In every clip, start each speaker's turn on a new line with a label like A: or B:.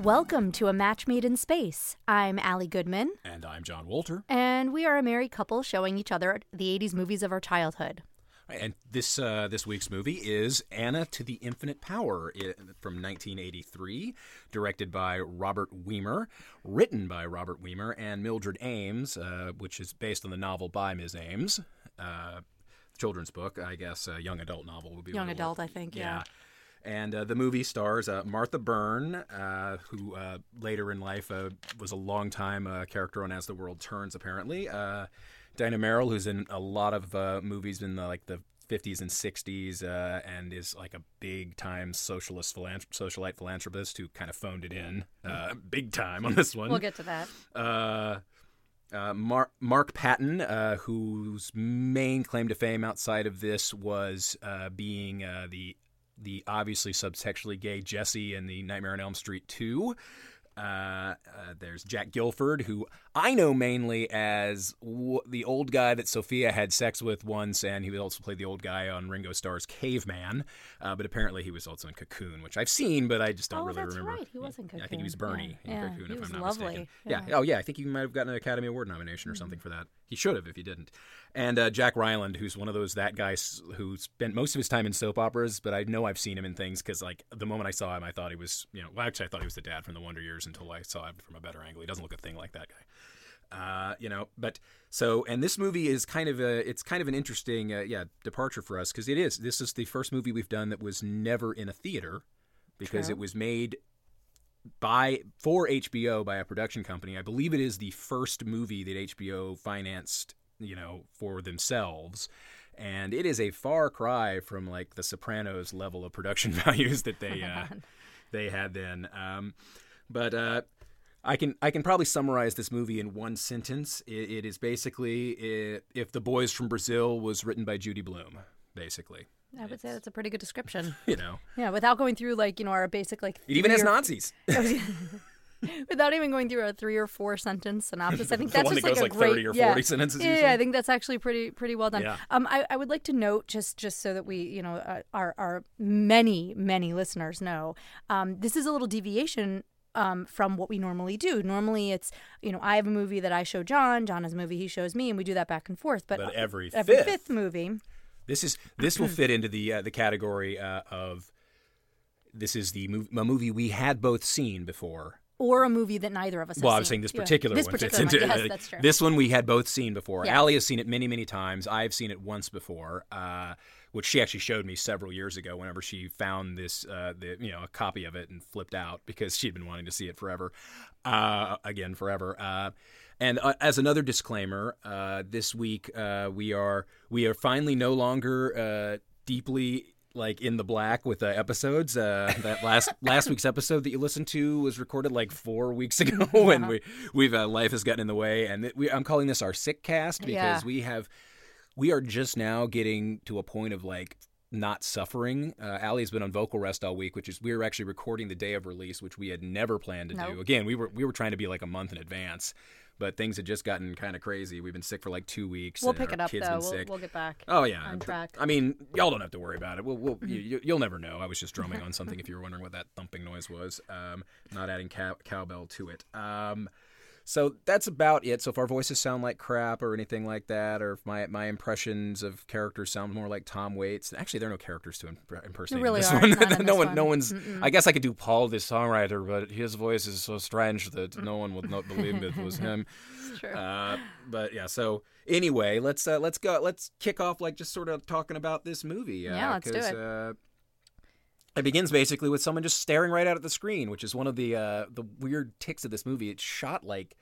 A: Welcome to A Match Made in Space. I'm Allie Goodman,
B: And I'm John Walter.
A: and we are a married couple showing each other the 80s movies of our childhood.
B: And this uh, this week's movie is Anna to the Infinite Power i- from 1983, directed by Robert Weimer, written by Robert Weimer and Mildred Ames, uh, which is based on the novel by Ms. Ames, uh, children's book, I guess, uh, young adult novel would be
A: Young
B: what it
A: adult,
B: was.
A: I think, yeah.
B: And uh, the movie stars uh, Martha Byrne, uh, who uh, later in life uh, was a longtime uh, character on As the World Turns, apparently. Uh, Dinah Merrill, who's in a lot of uh, movies in the, like the 50s and 60s, uh, and is like a big time socialist philanthrop- socialite philanthropist who kind of phoned it in uh, big time on this one
A: We'll get to that.
B: uh, uh, Mar- Mark Patton, uh, whose main claim to fame outside of this was uh, being uh, the the obviously subsexually gay Jesse in the Nightmare on Elm Street 2. Uh, uh, there's Jack Guilford, who I know mainly as w- the old guy that Sophia had sex with once, and he also played the old guy on Ringo Starr's Caveman. Uh, but apparently, he was also in Cocoon, which I've seen, but I just don't
A: Oh,
B: really
A: that's
B: remember.
A: right. He was in
B: I think he was
A: Cocoon.
B: Bernie
A: Yeah. Yeah.
B: in Cocoon,
A: He
B: if
A: was
B: I'm not
A: lovely.
B: mistaken. Yeah. Oh, yeah. I think he might have gotten an Academy Award nomination or something for that. He should have if he didn't. And uh, Jack Ryland, who's one of those that guys who spent most of his time in soap operas, but I know I've seen him in things because like the moment I saw him, I thought he was you know well actually I thought he was the dad from the Wonder Years until I saw him from a better angle. He doesn't look a thing like that guy. Uh, you know, but so and this movie is kind of a it's kind of an interesting uh, yeah departure for us because it is this is the first movie we've done that was never in a theater because
A: True.
B: it was made by for HBO by a production company. I believe it is the first movie that HBO financed, you know, for themselves. And it is a far cry from like the Sopranos level of production values that they uh, they had then. Um, but uh, I can I can probably summarize this movie in one sentence. It, it is basically i if the boys from Brazil was written by Judy Blume, basically.
A: I would say that's a pretty good description.
B: You know,
A: Yeah, without going through like, you know, our basic like
B: it even
A: three
B: has
A: or-
B: Nazis.
A: without even going through a three or four sentence synopsis. I think
B: The
A: that's
B: one
A: just
B: that goes
A: like a
B: like
A: great,
B: 30 or
A: yeah.
B: 40 sentences
A: Yeah,
B: usually.
A: I think that's actually pretty pretty well done.
B: Yeah.
A: Um, I, I would like to note just just so that we you know uh, our our many many listeners know, um, this is a little deviation. Um, from what we normally do. Normally, it's you know I have a movie that I show John, John has a movie he shows me, and we do that back and forth. But, uh,
B: But every
A: every
B: fifth-
A: fifth movie,
B: This is this will fit into the uh, the category uh, of this is the mov- a movie we had both seen before.
A: or a movie that neither of us.
B: well,
A: have
B: I'm
A: seen.
B: saying this
A: Yeah.
B: particular
A: this
B: one fits
A: particular
B: into
A: one.
B: uh,
A: Yes, that's true.
B: this one we had both seen before.
A: Yeah.
B: Allie has seen it many many times. I've seen it once before, uh, which she actually showed me several years ago. Whenever she found this, uh, the you know a copy of it and flipped out because she'd been wanting to see it forever, uh, again forever. Uh, and uh, as another disclaimer, uh, this week uh, we are we are finally no longer uh, deeply like in the black with uh, episodes. Uh, that last last week's episode that you listened to was recorded like four weeks ago, and we we've uh, life has gotten in the way, and it- we, I'm calling this our sick cast because
A: Yeah.
B: we have we are just now getting to a point of like not suffering. Uh, Allie's been on vocal rest all week, which is we were actually recording the day of release, which we had never planned to
A: Nope.
B: do. Again, we were we were trying to be like a month in advance. But things had just gotten kind of crazy. We've been sick for like two weeks.
A: We'll
B: and
A: pick
B: our
A: it up
B: kids
A: though.
B: Been
A: We'll,
B: sick.
A: we'll get back.
B: Oh yeah,
A: on track. Mm-hmm.
B: I mean, y'all don't have to worry about it. We'll, we'll you, you- you'll never know. I was just drumming on something. if you were wondering what that thumping noise was, um, not adding cow- cowbell to it. Um, so that's about it. So if our voices sound like crap or anything like that, or if my my impressions of characters sound more like Tom Waits, actually there are no characters to imp- impersonate. in
A: really
B: this
A: aren't.
B: one.
A: Not in
B: no
A: this
B: one,
A: one.
B: no one's. I guess I could do Paul, the songwriter, but his voice is so strange that
A: Mm.
B: no one would not believe it was him.
A: True.
B: Uh, but yeah, so anyway, let's uh, let's go. Let's kick off like just sort of talking about this movie. Uh,
A: Yeah, let's do
B: 'cause,
A: it.
B: Uh, it begins basically with someone just staring right out at the screen, which is one of the uh, the weird ticks of this movie. It's shot like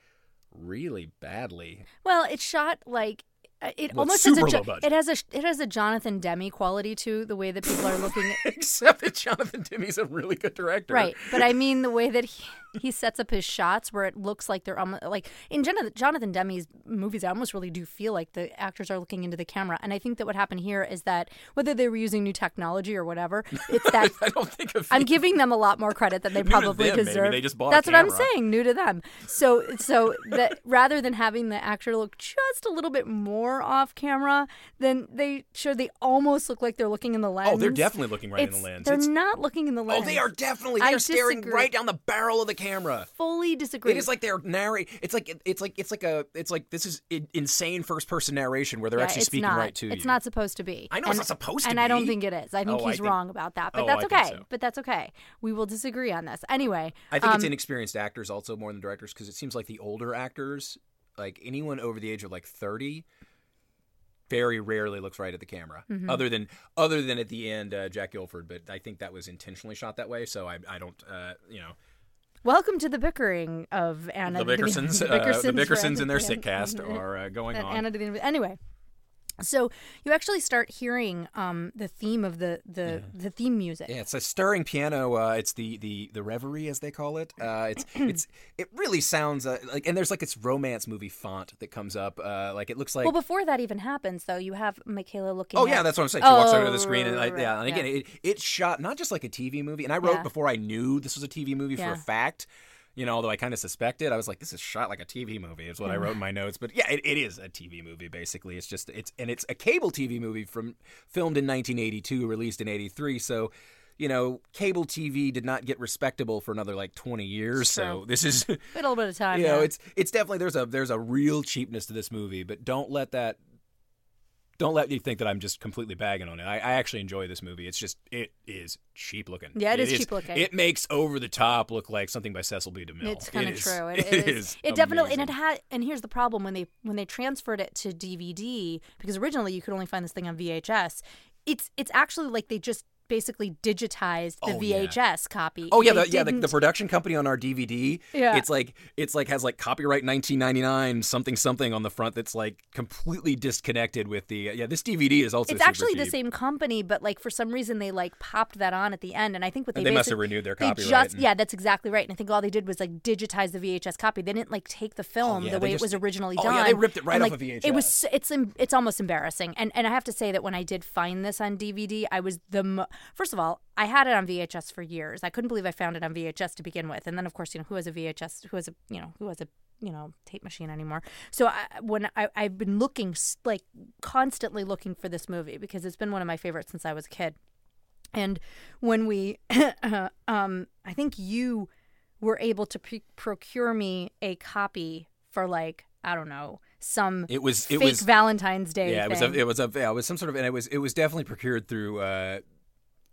B: really badly.
A: Well, it's shot like uh, it
B: Well,
A: almost
B: it's
A: has a
B: super
A: Jo-
B: low budget.
A: it has a it has a Jonathan Demi quality to the way that people are looking. at
B: Except that Jonathan Demi's a really good director.
A: Right, but I mean the way that he, he sets up his shots, where it looks like they're almost like in Jon- Jonathan Demi's movies. I almost really do feel like the actors are looking into the camera, and I think that what happened here is that whether they were using new technology or whatever, it's that
B: I don't think of
A: I'm giving them a lot more credit than they
B: New to
A: probably
B: them, maybe.
A: deserve.
B: They just bought a
A: That's what I'm
B: camera.
A: saying. New to them. So so that rather than having the actor look just a little bit more off camera, then they sure they almost look like they're looking in the lens.
B: Oh, they're Oh, definitely looking right in
A: It's-
B: the lens.
A: They're
B: It's-
A: not looking in the lens.
B: Oh, they are definitely.
A: I
B: They're staring
A: disagree.
B: right down the barrel of the camera.
A: fully disagree.
B: It is like they're narrate. It's like it's like it's like a it's like this is i- insane first person narration where they're
A: Yeah,
B: actually
A: it's
B: speaking
A: not,
B: right to you.
A: It's not supposed to be.
B: I know it's not supposed to
A: and I don't
B: be.
A: think it is. I think
B: Oh, I
A: he's
B: think-
A: wrong about that, but
B: Oh,
A: that's
B: I
A: okay.
B: think so.
A: But that's okay. We will disagree on this anyway.
B: I think it's
A: um,
B: inexperienced actors also more than directors because it seems like the older actors, like anyone over the age of like thirty, very rarely looks right at the camera.
A: Mm-hmm.
B: Other than other than at the end, uh, Jack Guilford, but I think that was intentionally shot that way. So I I don't uh, you know
A: Welcome to the bickering of Anna.
B: the Bickersons
A: the
B: uh, the
A: Bickersons
B: Bickersons and their
A: rather
B: sick
A: than-
B: cast are uh, going
A: than
B: on.
A: Anna to the anyway. So you actually start hearing um, the theme of the the, the theme music.
B: Yeah, it's a stirring piano. Uh, it's the, the the reverie, as they call it. Uh, it's it's it really sounds uh, like, and there's like this romance movie font that comes up. Uh, like it looks like.
A: well, before that even happens, though, you have Michaela looking.
B: oh
A: at,
B: yeah, that's what I'm saying. She walks over to
A: Oh,
B: the screen, and
A: right,
B: like,
A: right,
B: yeah, and
A: yeah.
B: again, it, it's shot not just like a TV movie. And I wrote
A: Yeah.
B: before I knew this was a TV movie for
A: Yeah.
B: a fact. You know, although I kind of suspected, I was like, "This is shot like a TV movie." Is what I
A: Mm.
B: wrote in my notes. But yeah, it, it is a TV movie basically. It's just it's and it's a cable TV movie from filmed in 1982, released in '83. So, you know, cable TV did not get respectable for another like 20 years. So this is
A: a little bit of time.
B: you know,
A: yeah.
B: it's it's definitely there's a there's a real cheapness to this movie, but don't let that don't let you think that I'm just completely bagging on it. I, I actually enjoy this movie. It's just it is cheap looking.
A: Yeah, it is cheap looking.
B: It makes over the top look like something by Cecil B. DeMille.
A: It's kind
B: It
A: of
B: is-
A: true.
B: it is.
A: It definitely and it
B: amazing.
A: had and here's the problem when they when they transferred it to DVD because originally you could only find this thing on VHS. It's it's actually like they just basically digitized the
B: Oh, yeah.
A: VHS copy.
B: Oh yeah,
A: They
B: the, yeah. The, the
A: didn't-
B: production company on our DVD,
A: Yeah.
B: it's like it's like has like copyright 1999 something something on the front that's like completely disconnected with the yeah. This DVD is also
A: it's
B: super
A: actually the
B: cheap.
A: same company, but like for some reason they like popped that on at the end, and I think what they
B: And they must
A: basi-
B: have renewed their
A: they
B: copyright
A: Just,
B: and-
A: yeah, that's exactly right. And I think all they did was like digitize the VHS copy. They didn't like take the film
B: yeah,
A: the
B: they
A: way
B: just-
A: it was originally
B: oh,
A: done.
B: yeah, they ripped it right
A: and,
B: off
A: like,
B: of
A: It was
B: VHS.
A: s- it's em- it's almost embarrassing. And and I have to say that when I did find this on DVD, I was the mo- first of all I had it on VHS for years. I couldn't believe I found it on VHS to begin with. And then of course you know who has a VHS who has a you know who has a you know tape machine anymore. So I, when I I've been looking s- like constantly looking for this movie because it's been one of my favorites since I was a kid. And when we, um, I think you were able to pre- procure me a copy for like I don't know some
B: It was it
A: fake
B: was
A: Valentine's Day.
B: Yeah, it was
A: thing.
B: a, it was a yeah, it was some sort of and it was it was definitely procured through uh,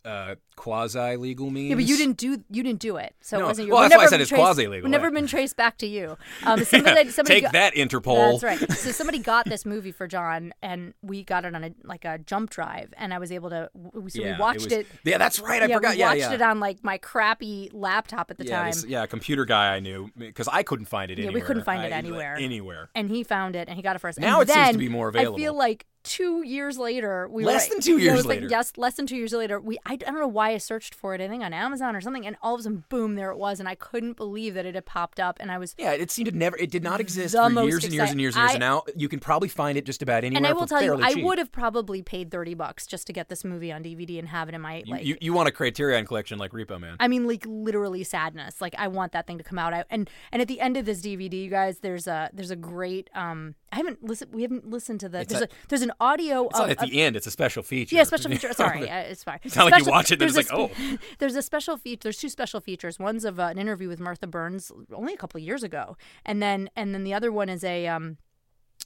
B: uh, quasi legal means.
A: yeah, but you didn't do you didn't do it, so it
B: No.
A: wasn't your.
B: Well,
A: we've
B: that's why I
A: never
B: said
A: been
B: it's
A: traced-
B: quasi-legal,
A: we've Never
B: yeah.
A: been traced back to you. Um, somebody, somebody
B: Take
A: got-
B: that, Interpol.
A: That's right. So somebody got this movie for John, and we got it on a like a jump drive, and I was able to. w- So
B: Yeah,
A: we watched
B: was-
A: it.
B: Yeah, that's right. I
A: yeah,
B: forgot.
A: we
B: yeah,
A: watched
B: yeah.
A: it on like my crappy laptop at the
B: yeah,
A: time.
B: this- yeah, a computer guy I knew because I couldn't find it
A: Yeah, we
B: anywhere.
A: couldn't find it
B: I-
A: anywhere.
B: Anywhere.
A: and he found it and he got it for us. And
B: Now it seems to
A: then
B: be more
A: I feel
B: available.
A: like two years later, we
B: Less
A: were,
B: than two
A: yeah, it
B: years
A: was like,
B: later.
A: yes, less than two years later. We I, I don't know why I searched for it. I think on Amazon or something, and all of a sudden, boom, there it was, and I couldn't believe that it had popped up, and I was.
B: Yeah, it seemed to never. It did not exist
A: The
B: for
A: most
B: years and years and years and
A: exci-
B: years.
A: I-
B: and now you can probably find it just about anywhere.
A: And I will
B: for
A: tell you,
B: fairly
A: I
B: cheap.
A: would have probably paid thirty bucks just to get this movie on DVD and have it in my
B: You,
A: like.
B: you, you want a Criterion collection like Repo Man?
A: I mean, like literally sadness. Like I want that thing to come out. I, and and at the end of this DVD, you guys, there's a there's a great. um I haven't listened. We haven't listened to the. There's a,
B: a-
A: there's an audio
B: It's
A: of,
B: not at
A: of
B: the end. It's a special feature.
A: oh, Yeah, special feature. Sorry, uh, it's fine. It's
B: not like you watch it, then it's like, oh.
A: There's a special feature. There's two special features. One's of uh, an interview with Martha Burns only a couple of years ago, and then and then the other one is a. Um,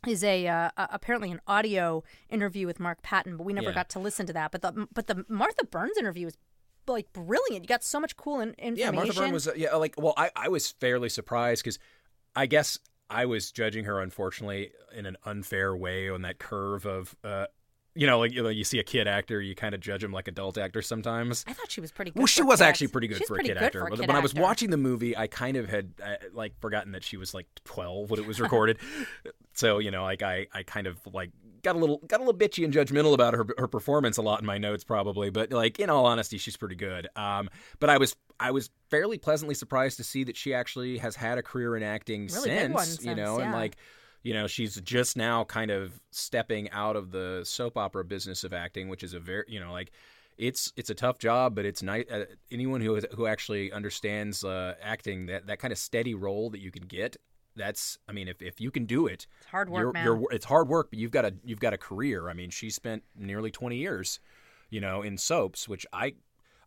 A: is a uh, uh, apparently an audio interview with Mark Patton, but we never
B: Yeah.
A: got to listen to that. But the but the Martha Burns interview is like brilliant. You got so much cool in- information.
B: Yeah, Martha Byrne was uh, yeah like well I I was fairly surprised because I guess I was judging her unfortunately in an unfair way on that curve of uh you know like you, know, you see a kid actor you kind of judge him like adult actors sometimes.
A: I thought she was pretty good.
B: Well, she
A: for a
B: was
A: kid
B: actually
A: act-
B: pretty good
A: She's
B: for a
A: pretty
B: kid
A: good
B: actor.
A: for a
B: but
A: kid
B: when I was
A: actor.
B: watching the movie, I kind of had uh, like forgotten that she was like 12 when it was recorded. so, you know, like I I kind of like got a little got a little bitchy and judgmental about her her performance a lot in my notes probably, but like in all honesty, she's pretty good. Um but I was I was fairly pleasantly surprised to see that she actually has had a career in acting
A: Really big
B: since,
A: one
B: you
A: since,
B: know, and
A: yeah.
B: like you know she's just now kind of stepping out of the soap opera business of acting which is a very you know like it's it's a tough job but it's nice uh, anyone who is, who actually understands uh, acting that that kind of steady role that you can get that's i mean if, if you can do it
A: It's hard work,
B: you're,
A: man.
B: you're it's hard work but you've got a you've got a career i mean she spent nearly 20 years you know in soaps which i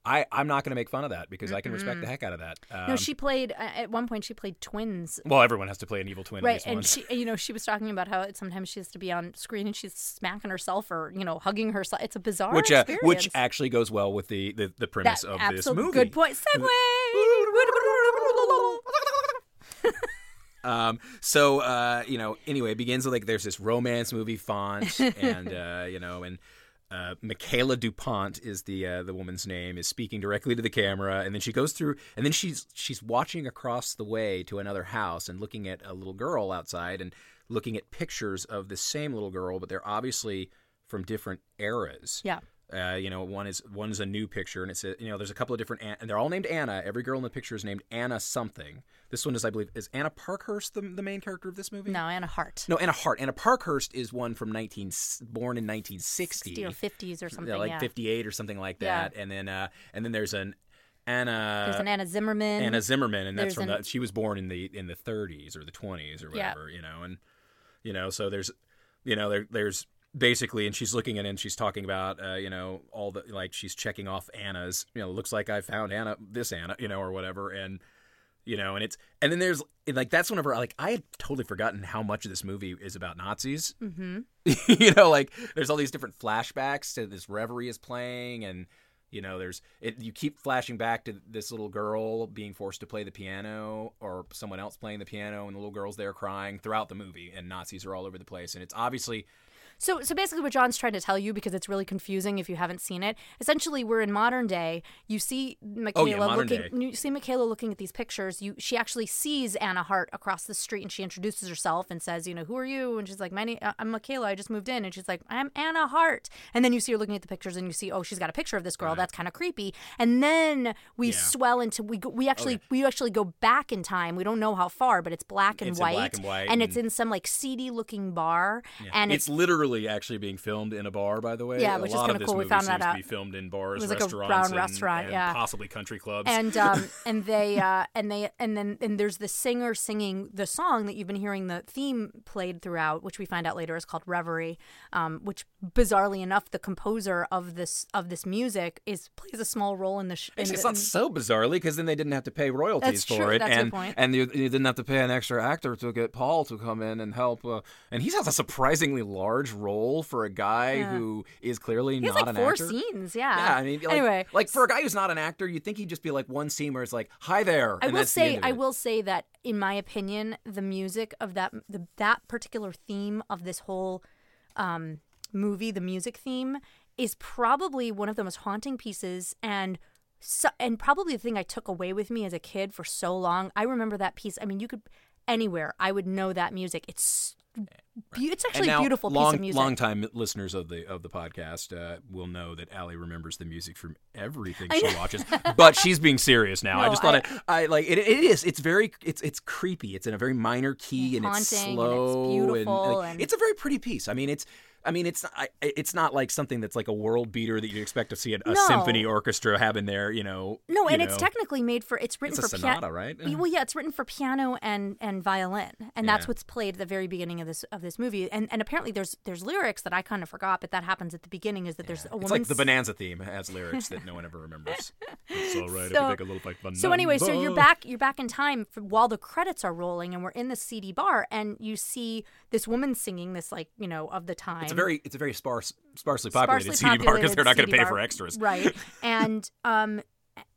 B: I I'm not going to make fun of that because I can respect the heck out of that. Um,
A: no, she played at one point. She played twins,
B: well, everyone has to play an evil twin
A: right?
B: at least
A: And
B: once.
A: she, you know, she was talking about how it, sometimes she has to be on screen and she's smacking herself or you know hugging herself. It's a bizarre
B: which uh,
A: experience.
B: which actually goes well with the the, the premise
A: That
B: of this
A: absolute
B: movie.
A: Good point. Segway.
B: Um, so uh, you know, anyway, it begins with like there's this romance movie font, and uh, you know, and uh, Michaela Dupont is the uh, the woman's name is speaking directly to the camera, and then she goes through, and then she's she's watching across the way to another house and looking at a little girl outside and looking at pictures of the same little girl, but they're obviously from different eras.
A: yeah.
B: Uh, you know, one is one is a new picture, and it's a, you know, there's a couple of different, An- and they're all named Anna. Every girl in the picture is named Anna something. This one is, I believe, is Anna Parkhurst the, the main character of this movie?
A: No, Anna Hart.
B: no, Anna Hart. Anna Parkhurst is one from 19, s- born in 1960,
A: 60 or 50s or something.
B: yeah, like
A: yeah.
B: 58 or something like
A: Yeah.
B: that. And then, uh, and then there's an Anna.
A: There's an Anna Zimmerman.
B: Anna Zimmerman, and
A: there's
B: that's from
A: an-
B: the, she was born in the in the 30s or the 20s or
A: Yeah.
B: whatever, you know, and you know, so there's you know there there's basically, and she's looking at it and she's talking about uh, you know all the like she's checking off Anna's, you know, looks like I found Anna this Anna, you know, or whatever, and you know, and it's and then there's like that's one of her like I had totally forgotten how much of this movie is about Nazis,
A: Mm-hmm.
B: you know, like there's all these different flashbacks to this reverie is playing, and you know, there's it, you keep flashing back to this little girl being forced to play the piano or someone else playing the piano, and the little girl's there crying throughout the movie, and Nazis are all over the place, and it's obviously
A: So, so basically, what John's trying to tell you, because it's really confusing if you haven't seen it, essentially, we're in modern day. You see Michaela
B: Oh, modern
A: looking. You see Michaela looking at these pictures. You, she actually sees Anna Hart across the street, and she introduces herself and says, "You know, who are you?" And she's like, "My name, I- I'm Michaela. I just moved in." And she's like, "I'm Anna Hart." And then you see her looking at the pictures, and you see, oh, she's got a picture of this girl. That's kind of creepy. And then we
B: Yeah. Oh,
A: swell into we go, we actually we actually go back in time. We don't know how far, but it's black and
B: It's in
A: white,
B: black and white,
A: it's in some like seedy looking bar, and it's
B: it's literally actually being filmed in a bar, by the way.
A: Yeah,
B: a
A: which is
B: lot
A: kinda
B: of this
A: cool. We
B: movie
A: found
B: seems
A: that
B: to
A: out.
B: be filmed in bars,
A: was like a
B: restaurants,
A: brown
B: and-
A: restaurant,
B: and
A: yeah.
B: possibly country clubs.
A: and um, and they uh, and they and then and there's the singer singing the song that you've been hearing the theme played throughout, which we find out later is called Reverie. Um, which bizarrely enough, the composer of this of this music is plays a small role in the. Sh- in
B: Actually, it's
A: the-
B: not so bizarrely because then they didn't have to pay
A: That's
B: royalties for
A: true.
B: it,
A: That's a good
B: and
A: point.
B: and you, you didn't have to pay an extra actor to get Paul to come in and help. Uh, and he has a surprisingly large role for a guy who is clearly
A: he has
B: not
A: like
B: an
A: four
B: actor.
A: scenes, yeah.
B: Yeah, I mean, like,
A: anyway,
B: like for a guy who's not an actor, you'd think he'd just be like one scene where it's like, "Hi there,"
A: I
B: and
A: will
B: that's the
A: say,
B: end of
A: I
B: it.
A: will say that in my opinion, the music of that the, that particular theme of this whole um, movie, the music theme, is probably one of the most haunting pieces and. So, and probably the thing I took away with me as a kid for so long, I remember that piece. I mean, you could anywhere, I would know that music. It's be- it's
B: Eh, And
A: actually
B: now,
A: a beautiful
B: long,
A: piece of music.
B: long-time listeners of the of the podcast uh, will know that Allie remembers the music from everything she watches, but she's being serious now. I
A: No,
B: just thought
A: I-
B: I, I like it. It is. It's very. It's it's creepy. It's in a very minor key and it's
A: Haunting and it's
B: slow
A: beautiful
B: like,
A: and-
B: it's a very pretty piece. I mean, it's. I mean, it's I, it's not like something that's like a world beater that you'd expect to see a, a
A: No.
B: symphony orchestra have in there. You know.
A: No,
B: you
A: and it's
B: know.
A: technically made for it's written
B: It's a
A: for
B: sonata,
A: piano.
B: right?
A: Well, yeah, it's written for piano and and violin, and that's
B: Yeah.
A: what's played at the very beginning of this of this movie. And and apparently there's there's lyrics that I kind of forgot, but that happens at the beginning. Is that there's a woman
B: It's like the Bonanza theme has lyrics that no one ever remembers. it's all right
A: So-
B: if you take a little like
A: So anyway, so you're
B: bonanza.
A: back you're back in time for, while the credits are rolling, and we're in the CD bar, and you see this woman singing this like you know of the time.
B: It's a very it's a very sparse sparsely populated
A: sparsely
B: CD bar because
A: populated
B: they're not going to
A: CD
B: pay
A: bar.
B: for extras.
A: right? And um,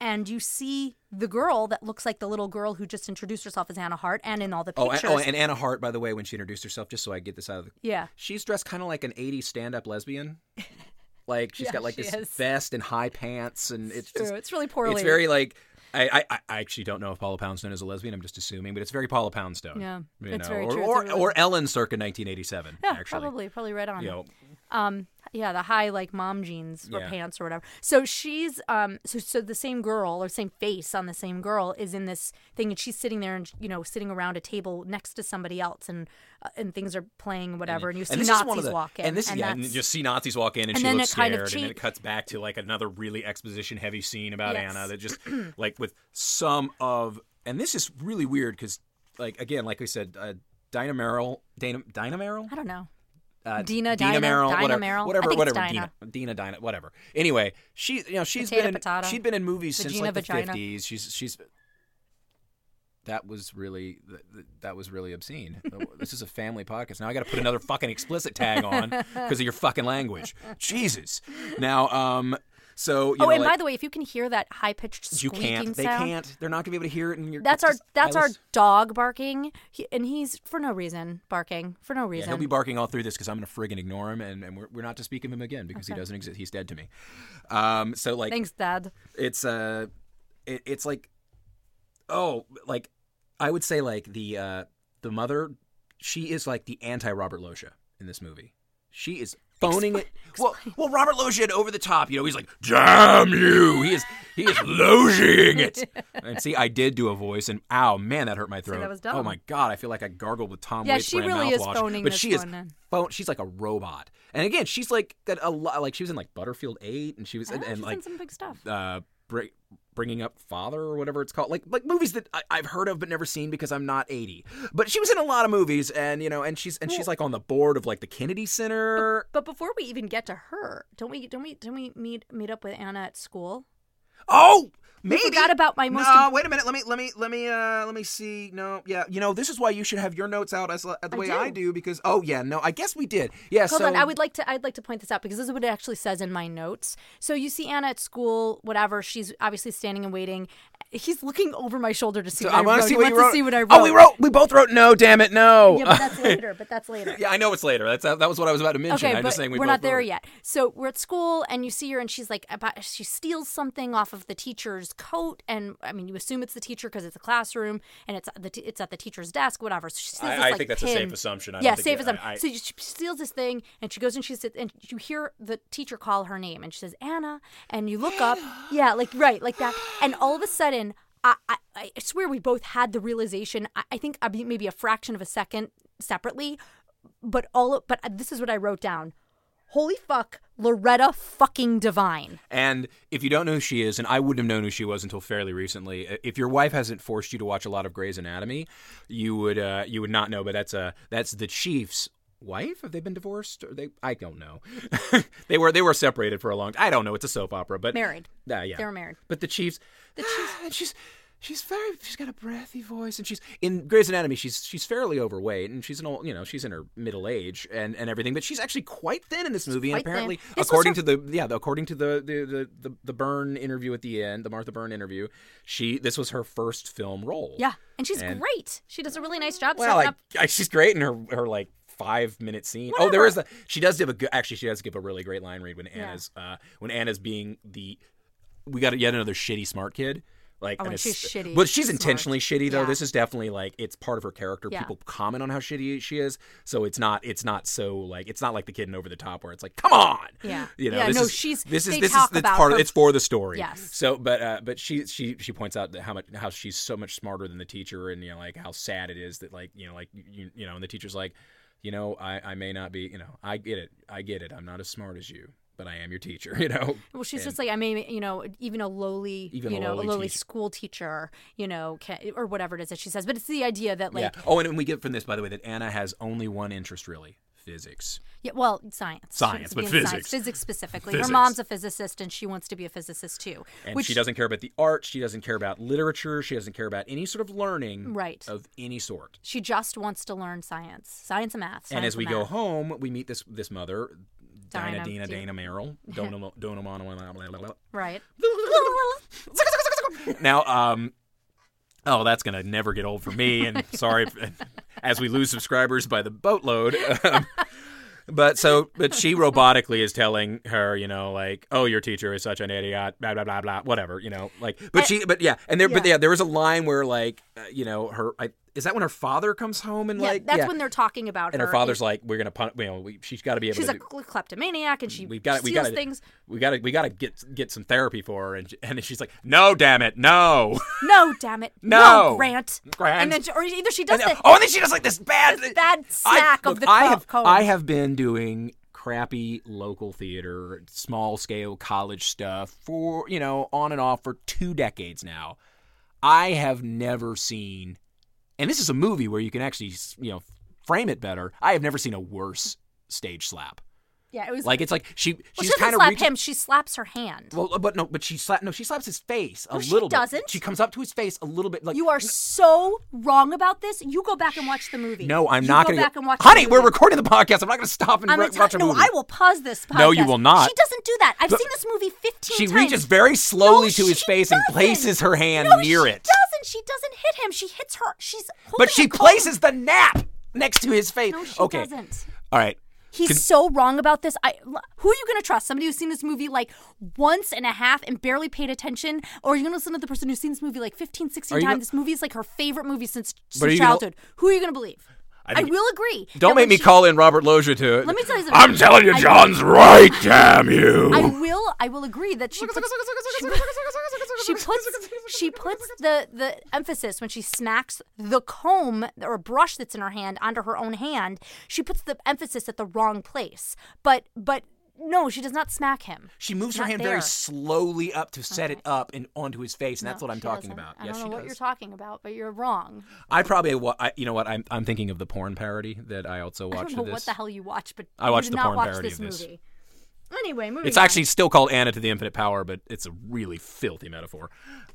A: and you see the girl that looks like the little girl who just introduced herself as Anna Hart, and in all the
B: Oh,
A: pictures,
B: and, oh, and Anna Hart, by the way, when she introduced herself, just so I get this out of the,
A: yeah,
B: she's dressed kind of like an '80s stand-up lesbian. Like she's
A: Yeah,
B: got like
A: she
B: this
A: is.
B: vest and high pants, and it's
A: true.
B: just
A: it's really poorly.
B: it's very like. I, I, I actually don't know if Paula Poundstone is a lesbian. I'm just assuming, but it's very Paula Poundstone.
A: Yeah,
B: you
A: that's
B: know,
A: very
B: or,
A: true. It's a
B: Or,
A: really-
B: or Ellen circa 1987.
A: Yeah,
B: actually,
A: probably, probably right on.
B: You know,
A: Um, yeah, the high like mom jeans or
B: Yeah.
A: pants or whatever. So she's um, so so the same girl or same face on the same girl is in this thing, and she's sitting there and you know sitting around a table next to somebody else, and uh, and things are playing and whatever, and you see
B: this is
A: Nazis
B: one of the,
A: walk in,
B: and this is yeah, and you
A: that's-
B: just see Nazis walk in, and,
A: And
B: she
A: then
B: looks
A: it kind of
B: scared, and then
A: cha-
B: it cuts back to like another really exposition-heavy scene about
A: Yes.
B: Anna that just like with some of, and this is really weird because like again, like we said, uh, Dinah Merrill, Dana, Dinah Merrill,
A: I don't know.
B: uh,
A: Dina,
B: Dina
A: Dina,
B: Merrill,
A: Dina
B: whatever,
A: Merrill? I
B: whatever,
A: think it's
B: whatever,
A: Dina.
B: Dina, Dina, Dina, whatever. Anyway, she, you know, she's
A: Potato,
B: been,
A: potato.
B: she'd been in movies since
A: Vagina,
B: like the
A: vagina.
B: fifties. She's, she's. That was really, th- th- that was really obscene. Oh, this is a family podcast. Now I got to put another fucking explicit tag on because of your fucking language. Jesus. Now, um, so you
A: oh,
B: know,
A: and
B: like,
A: by the way, if you can hear that high pitched
B: you
A: squeaking
B: can't. They
A: sound,
B: can't. They're not gonna be able to hear it. And you're,
A: that's our
B: just-
A: that's
B: I
A: our
B: listen-
A: dog barking, he, and he's for no reason barking for no
B: Yeah,
A: reason.
B: he'll be barking all through this because I'm gonna friggin' ignore him, and, and we're, we're not to speak of him again because he doesn't exist. He's dead to me. Um, so like
A: Thanks, Dad.
B: it's uh, it, it's like, oh, like I would say like the uh the mother, she is like the anti Robert Loggia in this movie. She is phoning it. Well, well, Robert Loggia had over the top. You know, he's like, damn you. He is he is Loggiaing it. And see, I did do a voice, and ow, man, that hurt my throat.
A: that was
B: Oh
A: dumb.
B: my god, I feel like I gargled with Tom.
A: Yeah,
B: Waits
A: she
B: brand
A: really is
B: mouthwash.
A: phoning
B: but
A: this
B: she is
A: one in.
B: phone. She's like a robot. And again, she's like got a lot. Like she was in like Butterfield Eight, and she was
A: Oh,
B: and, and
A: she's
B: like
A: in some big stuff.
B: uh, bring, bringing up father or whatever it's called, like like movies that I, I've heard of but never seen because I'm not 80. But she was in a lot of movies, and you know, and she's and she's like on the board of like the Kennedy Center.
A: But before we even get to her, don't we don't we don't we meet meet up with Anna at school?
B: Oh, maybe.
A: Forgot about my most.
B: no, wait a minute. Let me, let me, let me, uh, let me see. No, yeah, you know, this is why you should have your notes out as the way
A: do.
B: I do because. Oh yeah, no, I guess we did. Yeah,
A: Hold
B: so
A: on, I would like to. I'd like to point this out because this is what it actually says in my notes. So you see Anna at school, whatever. She's obviously standing and waiting. He's looking over my shoulder to see.
B: So
A: what
B: I want
A: wrote.
B: to see
A: He
B: what you
A: wants
B: wrote.
A: To see what I wrote.
B: Oh, we wrote. We both wrote. No, damn it, no.
A: Yeah, but that's later. But that's later.
B: Yeah, I know it's later. That's that was what I was about to mention.
A: Okay,
B: I'm
A: but
B: just saying we
A: are
B: both
A: not there
B: wrote it.
A: yet. So we're at school, and you see her, and she's like, about, she steals something off of the teacher's coat, and I mean, you assume it's the teacher because it's a classroom, and it's the t- it's at the teacher's desk, whatever. So she steals
B: I-
A: this,
B: I
A: like,
B: think that's a
A: pin.
B: safe assumption. I
A: yeah,
B: don't
A: safe
B: think it-
A: assumption.
B: I- I-
A: so she steals this thing, and she goes and she sits, and you hear the teacher call her name, and she says Anna, and you look up, yeah, like right, like that, and all of a sudden. I, I, I swear we both had the realization. I, I think I mean, maybe a fraction of a second separately, but all but this is what I wrote down. Holy fuck, Loretta fucking Divine.
B: And if you don't know who she is, and I wouldn't have known who she was until fairly recently, if your wife hasn't forced you to watch a lot of Grey's Anatomy, you would uh, you would not know. But that's uh, that's the chief's wife. Have they been divorced? Or they I don't know. they were they were separated for a long. I don't know. It's a soap opera, but
A: Married.
B: Uh, yeah,
A: They were married.
B: But the chief's the chief's and she's. She's very. She's got a breathy voice, and she's in Grey's Anatomy. She's she's fairly overweight, and she's an old. You know, she's in her middle age and, and everything. But she's actually quite thin in this movie. and
A: quite thin.
B: apparently,
A: This was
B: according
A: her
B: to the yeah, the, according to the the, the the the Byrne interview at the end, the Martha Byrne interview, she this was her first film role.
A: Yeah. And she's
B: And-
A: great. She does a really nice job
B: Well,
A: setting
B: like
A: up
B: I, she's great in her her like five minute scene. Oh, there is the she does give a good actually she does give a really great line read when Anna's uh when Anna's being the we got yet another shitty smart kid. Like
A: Oh,
B: and
A: and
B: it's-
A: she's shitty
B: But she's
A: smart.
B: intentionally shitty though.
A: Yeah.
B: This is definitely like it's part of her character.
A: Yeah.
B: People comment on how shitty she is, so it's not it's not so like it's not like the kid in Over the Top where it's like come on.
A: Yeah.
B: You know,
A: Yeah,
B: this
A: no,
B: is,
A: she's-
B: this is
A: they
B: this
A: talk
B: is that's
A: about
B: part of
A: her-
B: it's for the story.
A: Yes.
B: So, but uh, but she she she points out that how much how she's so much smarter than the teacher, and you know like how sad it is that like you know like you you know, and the teacher's like, you know, I I may not be you know I get it I get it I'm not as smart as you, but I am your teacher. You know.
A: well, she's
B: And-
A: just like I mean, you know, even a lowly,
B: Even
A: you
B: a
A: know,
B: lowly
A: a lowly
B: teacher.
A: school teacher, you know, can, or whatever it is that she says. But it's the idea that like,
B: yeah. Oh, and we get from this by the way that Anna has only one interest really, physics.
A: yeah, well, science, She
B: Science,
A: wants to
B: but
A: be in
B: physics.
A: physics specifically.
B: Physics.
A: Her mom's a physicist, and she wants to be a physicist too.
B: And
A: which
B: she doesn't care about the art. She doesn't care about literature. She doesn't care about any sort of learning
A: Right.
B: of any sort.
A: she just wants to learn science, science and math.
B: and
A: science
B: as we
A: math.
B: go home, we meet this this mother, Dinah,
A: Dinah,
B: Dina,
A: Dina.
B: Dana Merrill, Dona, Dona, Mona, blah, blah, blah, blah.
A: right?
B: Now, um, oh, that's gonna never get old for me, and sorry, if- as we lose subscribers by the boatload. Um, but so, but she robotically is telling her, you know, like, oh, your teacher is such an idiot, blah blah blah blah, whatever, you know, like. But she, but yeah, and there, but
A: Eh, yeah.
B: yeah, there was a line where, like, uh, you know, her, I, is that when her father comes home and
A: Yeah,
B: like,
A: that's
B: yeah.
A: when they're talking about
B: and
A: her.
B: her father's like, we're gonna pun, you know, we, she's got to be able
A: she's
B: to.
A: a
B: do-
A: kle- kleptomaniac and she
B: we've got to,
A: steals
B: we got to,
A: things.
B: we got to, we got to get get some therapy for her, and and she's like, no, damn it, no,
A: No, damn it.
B: No.
A: Grant.
B: Grant.
A: And then she, or either she does
B: And then-
A: the
B: oh, and then she does like this bad,
A: This bad sack
B: I,
A: of
B: look,
A: the
B: I
A: co-
B: have,
A: comb.
B: I have been doing crappy local theater, small scale college stuff for you know on and off for two decades now. I have never seen, and this is a movie where you can actually you know frame it better. I have never seen a worse stage slap.
A: Yeah, it was
B: Like it's like she
A: Well,
B: she's
A: she doesn't
B: kind of
A: slap
B: reaching,
A: him. She slaps her hand.
B: Well, uh, but no, but she slap no, she slaps his face a
A: No, she
B: little. bit.
A: doesn't.
B: She comes up to his face a little bit like
A: you are so wrong about this. You go back and watch the movie.
B: No, I'm
A: You
B: not
A: go
B: going to.
A: back and watch. the
B: Honey, we're
A: movie.
B: recording the podcast. I'm not going to stop and
A: I'm
B: re-
A: gonna
B: watch
A: tell-
B: a
A: no,
B: movie.
A: I will pause this. Podcast.
B: No, you will not.
A: She doesn't do that. I've
B: Look,
A: seen this movie 15
B: she
A: times.
B: reaches very slowly
A: No,
B: to his
A: she
B: face and
A: doesn't.
B: places her hand
A: No,
B: near
A: she
B: it.
A: Doesn't she doesn't hit him? She hits her. She's holding
B: But she
A: a comb.
B: places the nap next to his face.
A: No, she
B: okay.
A: doesn't.
B: All right.
A: He's so wrong about this. I l- who are you going to trust? Somebody who's seen this movie like once and a half and barely paid attention, or are you going to listen to the person who's seen this movie like 15, 16
B: Are
A: times?
B: you gonna-
A: This movie is like her favorite movie since,
B: are you
A: since
B: gonna-
A: childhood. Who are you going to believe? I,
B: think-
A: will agree. that
B: Don't
A: when
B: make me
A: she-
B: call in Robert Loggia to it.
A: Let me tell you something.
B: I'm telling you,
A: I-
B: John's right. Damn you.
A: I will. I will agree that she puts, she, she puts she puts the the emphasis when she snacks the comb or brush that's in her hand onto her own hand. She puts the emphasis at the wrong place. But but no, she does not smack him.
B: she moves her
A: Not
B: hand
A: there.
B: very slowly up to set it up and onto his face, and that's what I'm
A: She
B: talking
A: doesn't.
B: about.
A: I
B: yes,
A: don't
B: she
A: know what
B: does.
A: you're talking about, but you're wrong.
B: I probably, wa- I, you know what? I'm, I'm thinking of the porn parody that I also
A: I
B: watched.
A: don't
B: of
A: know
B: this.
A: what the hell you watch, but
B: I
A: you
B: watched
A: did
B: the
A: not
B: porn
A: watch
B: parody
A: this
B: of this.
A: movie. Anyway, moving
B: It's
A: on.
B: actually still called Anna to the Infinite Power, but it's a really filthy metaphor.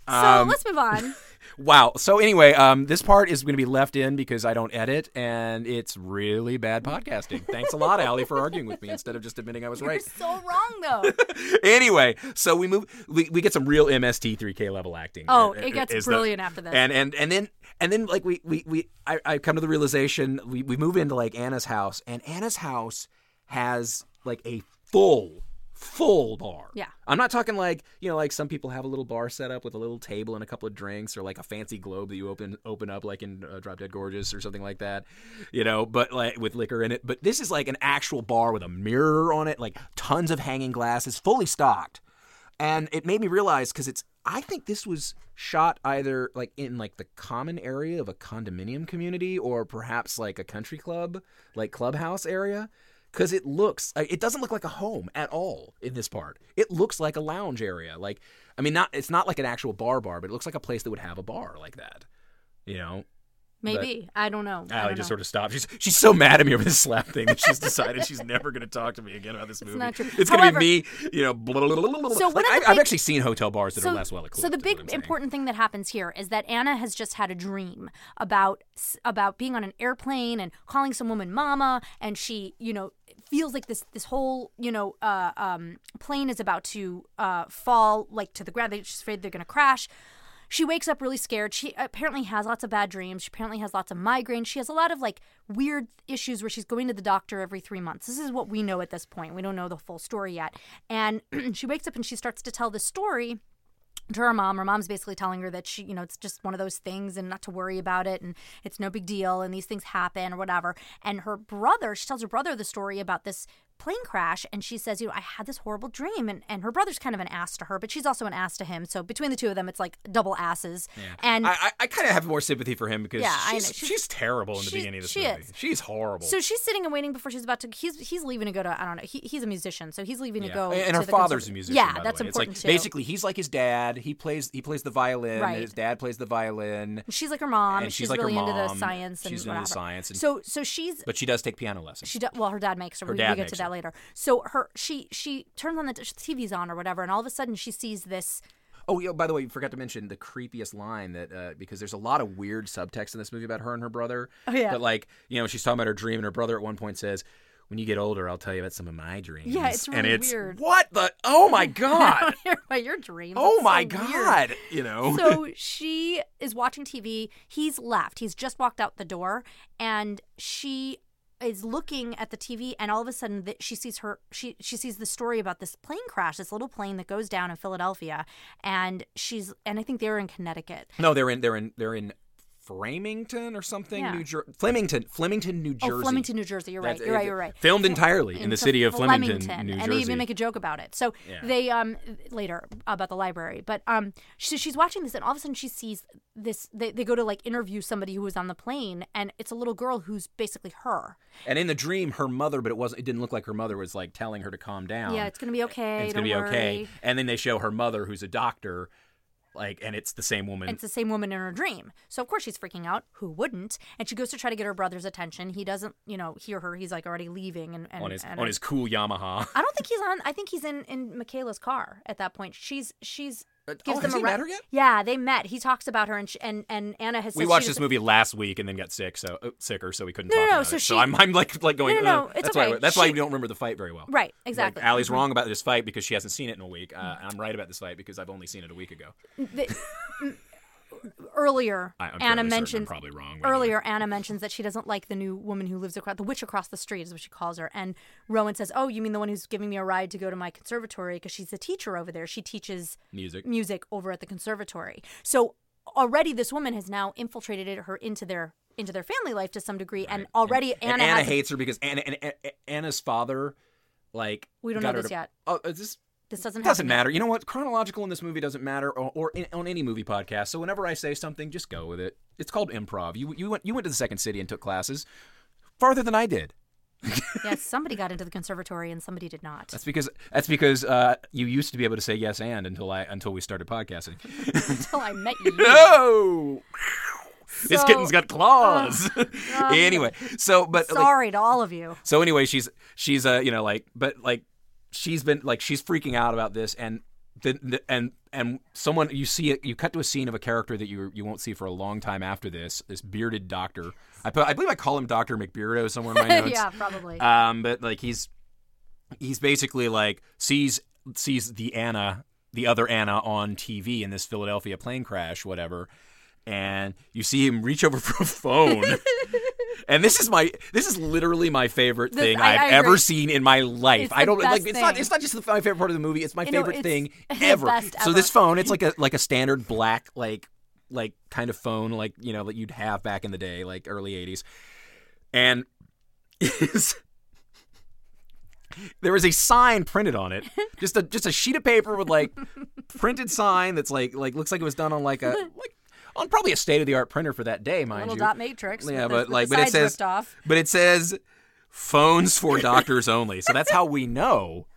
A: so.
B: um,
A: let's move on.
B: Wow. So anyway, um, this part is going to be left in because I don't edit, and it's really bad podcasting. Thanks a lot, Allie, for arguing with me instead of just admitting I was right.
A: so wrong though.
B: anyway, so we move. We, we get some real MST3K level acting.
A: Oh,
B: Uh,
A: it gets
B: is the-
A: brilliant after this.
B: And and and then and then like we we, we I, I come to the realization we, we move into like Anna's house, and Anna's house has like a full full bar.
A: Yeah.
B: I'm not talking like you know like some people have a little bar set up with a little table and a couple of drinks or like a fancy globe that you open open up like in uh, Drop Dead Gorgeous or something like that, you know. But like with liquor in it. But this is like an actual bar with a mirror on it, like tons of hanging glasses, fully stocked. And it made me realize because it's I think this was shot either like in like the common area of a condominium community or perhaps like a country club, like clubhouse area because it looks uh, it doesn't look like a home at all in this part it looks like a lounge area like i mean not it's not like an actual bar bar but it looks like a place that would have a bar like that you know
A: Maybe I don't know. I
B: Allie
A: don't
B: just
A: know.
B: sort of stopped. She's she's so mad at me over this slap thing that she's decided she's never going to talk to me again about this movie.
A: not true.
B: It's going to
A: However-
B: be me, you know. Blah, blah, blah, blah, blah.
A: So one
B: like,
A: of
B: I,
A: the
B: I've
A: big-
B: actually seen hotel bars that are less well equipped.
A: So the
B: is
A: big
B: what I'm saying.
A: important thing that happens here is that Anna has just had a dream about s- about being on an airplane and calling some woman mama, and she, you know, feels like this this whole you know uh, um, plane is about to uh, fall like to the ground. They- She's afraid they're going to crash. She wakes up really scared. She apparently has lots of bad dreams. She apparently has lots of migraines. She has a lot of like weird issues where she's going to the doctor every three months. This is what we know at this point. We don't know the full story yet. And she wakes up and she starts to tell the story to her mom. Her mom's basically telling her that she, you know, it's just one of those things and not to worry about it and it's no big deal and these things happen or whatever. And her brother, she tells her brother the story about this plane crash and she says, you know, I had this horrible dream and, and her brother's kind of an ass to her, but she's also an ass to him. So between the two of them it's like double asses. And
B: I, I, I kind of have more sympathy for him because
A: Yeah, I
B: she's,
A: know.
B: she's
A: She's-
B: terrible in the
A: she-
B: beginning of this
A: she
B: movie.
A: is.
B: She's horrible.
A: so she's sitting and waiting before she's about to. He's he's leaving to go to I don't know. He, he's a musician, so he's leaving to
B: Yeah.
A: go.
B: And- and
A: to
B: her
A: the
B: father's
A: conserv-
B: a musician.
A: Yeah,
B: by the
A: that's
B: way. It's like,
A: important too.
B: Basically, he's like his dad. He plays he plays the violin.
A: Right.
B: His dad plays the violin,
A: she's like her mom.
B: and
A: and
B: she's
A: she's,
B: like her
A: really into the
B: mom.
A: science and
B: She's into the
A: whatever.
B: science and-
A: so so she's
B: but she does take piano lessons.
A: She do, well, her dad makes her. we, we
B: dad
A: get
B: makes
A: to that
B: her.
A: later. So her she she turns on the t- TV's on or whatever, and all of a sudden she sees this.
B: Oh, yeah, by the way, you forgot to mention the creepiest line that uh, because there's a lot of weird subtext in this movie about her and her brother. Oh,
A: yeah.
B: But like, you know, she's talking about her dream, and her brother at one point says, "When you get older, I'll tell you about some of my dreams."
A: Yeah, it's
B: and
A: really
B: it's,
A: weird.
B: What the? Oh my god!
A: your dream.
B: oh
A: That's
B: my
A: so weird.
B: god! You know.
A: So she is watching TV. He's left. He's just walked out the door, and she is looking at the TV. And all of a sudden, that she sees her. She she sees the story about this plane crash, this little plane that goes down in Philadelphia, and she's and I think they're in Connecticut.
B: no, they're in they're in they're in Framington or something,
A: Yeah.
B: New Jersey. Flemington, Flemington, New Jersey.
A: Oh, Flemington, New Jersey. You're right.
B: That's-
A: You're right.
B: it-
A: You're right.
B: Filmed entirely in the
A: into
B: city of Flemington, New
A: and they
B: Jersey.
A: even make a joke about it. So they um later about the library, but um, so she's watching this, and all of a sudden she sees this. They, they go to like interview somebody who was on the plane, and it's a little girl who's basically her.
B: and in the dream, her mother, but it wasn't. It didn't look like her mother was like telling her to calm down.
A: yeah, it's gonna be okay.
B: it's
A: don't
B: gonna be okay.
A: worry.
B: And then they show her mother, who's a doctor, Like, and it's the same woman.
A: And it's the same woman in her dream. So of course she's freaking out. Who wouldn't? And she goes to try to get her brother's attention. He doesn't, you know, hear her. He's like already leaving and, and
B: on his
A: and
B: on his cool Yamaha.
A: I don't think he's on I think he's in in Michaela's car at that point. She's she's gives
B: oh,
A: them
B: has
A: a
B: he
A: ride.
B: met her yet?
A: Yeah, they met. He talks about her and she, and and Anna has
B: We
A: said she
B: watched
A: doesn't-
B: this movie last week and then got sick, so uh, sicker, so we couldn't
A: No,
B: talk
A: no, no,
B: about
A: so
B: it.
A: she-
B: so I'm, I'm like like going.
A: No, no,
B: "Ugh."
A: no, it's
B: that's
A: okay.
B: Why, that's why
A: She-
B: we don't remember the fight very well.
A: Right, exactly. Mm-hmm.
B: Like, Allie's wrong about this fight because she hasn't seen it in a week. Uh, and I'm right about this fight because I've only seen it a week ago.
A: The- earlier
B: I, I'm fairly certain
A: Anna
B: I'm
A: mentioned
B: probably wrong. but anyway.
A: earlier Anna mentions that she doesn't like the new woman who lives across the witch across the street is what she calls her and Rowan says oh you mean the one who's giving me a ride to go to my conservatory because she's a teacher over there she teaches
B: music.
A: music over at the conservatory so already this woman has now infiltrated it- her into their into their family life to some degree and already
B: And
A: Anna,
B: Anna
A: has,
B: hates her because Anna and, and, and Anna's father, like,
A: we don't
B: got
A: know
B: her
A: this
B: to-
A: yet
B: Oh, is this
A: this doesn't
B: doesn't
A: happen yet.
B: matter. You know what? Chronological in this movie doesn't matter, or, or in, on any movie podcast. So whenever I say something, just go with it. It's called improv. You you went you went to the second city and took classes farther than I did.
A: yes somebody got into the conservatory and somebody did not
B: That's because that's because uh, you used to be able to say yes and until I until we started podcasting.
A: until I met you
B: No. this
A: So-
B: kitten's got claws. anyway, so but like,
A: sorry to all of you
B: So anyway, she's she's uh you know like but like she's been like she's freaking out about this and the, the and and someone you see it you cut to a scene of a character that you you won't see for a long time after this this bearded doctor I put, I believe I call him Doctor McBeardo somewhere in my notes
A: yeah probably
B: um but like he's he's basically like sees sees the Anna the other Anna on TV in this Philadelphia plane crash whatever and you see him reach over for a phone and this is my this is literally my favorite
A: This-
B: thing
A: I-
B: I've
A: I
B: ever
A: agree.
B: seen in my life
A: It's
B: I
A: the
B: don't like
A: best
B: it's not
A: thing.
B: it's not just the, my favorite part of the movie it's my
A: You know,
B: favorite
A: it's
B: thing
A: the
B: ever.
A: best
B: so
A: ever.
B: this phone it's like a like a standard black like like kind of phone like you know that you'd have back in the day like early 80s and is there is a sign printed on it just a just a sheet of paper with like printed sign that's like like looks like it was done on like a like on probably a state of the art printer for that day mind
A: little
B: you
A: dot matrix
B: Yeah,
A: with the-
B: but,
A: with the
B: like, but it
A: sides
B: says-
A: ripped off
B: but it says phones for doctors only so that's how we know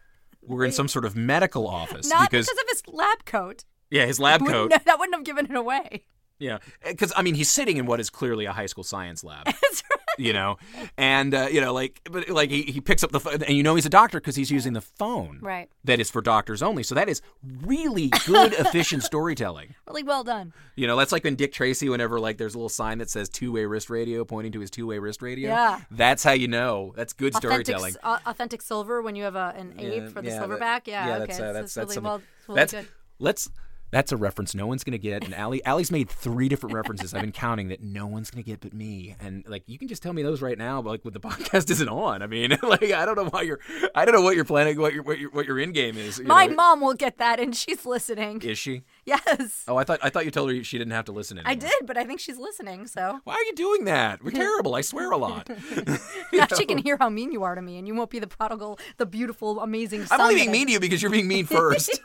B: we're in some sort of medical office
A: Not
B: because
A: because, of his lab coat.
B: yeah his lab coat
A: Wouldn't, that wouldn't have given it away.
B: yeah because i mean he's sitting in what is clearly a high school science lab
A: That's right.
B: you know and uh, you know like but like he, he picks up the phone and you know he's a doctor because he's using the phone
A: Right.
B: that is for doctors only so that is really good efficient storytelling
A: Really well done.
B: you know that's like when dick tracy whenever like there's a little sign that says two-way wrist radio pointing to his two-way wrist radio
A: Yeah.
B: that's how you know that's good
A: Authentic,
B: storytelling
A: uh, authentic silver when you have a, an ape for the
B: yeah, that-
A: silverback. yeah, okay.
B: that's, uh,
A: it's-
B: that's,
A: it's
B: that's
A: really
B: something-
A: well, it's really
B: that's
A: good.
B: let's that's a reference no one's gonna get. And Allie, Allie's made three different references. I've been counting that no one's gonna get but me. And like, you can just tell me those right now. But like, when the podcast isn't on, I mean, like, I don't know why you're, I don't know what you're planning, what your what your what your end game is. you
A: My
B: know.
A: mom will get that, and she's listening.
B: is she?
A: Yes,
B: Oh, I thought I thought you told her she didn't have to listen anymore.
A: I did, but I think she's listening. So
B: Why are you doing that? We're terrible. I swear a lot.
A: now she can hear how mean you are to me, and you won't be the prodigal, the beautiful, amazing.
B: I'm
A: son
B: only
A: that
B: being
A: I-
B: mean to you because you're being mean first.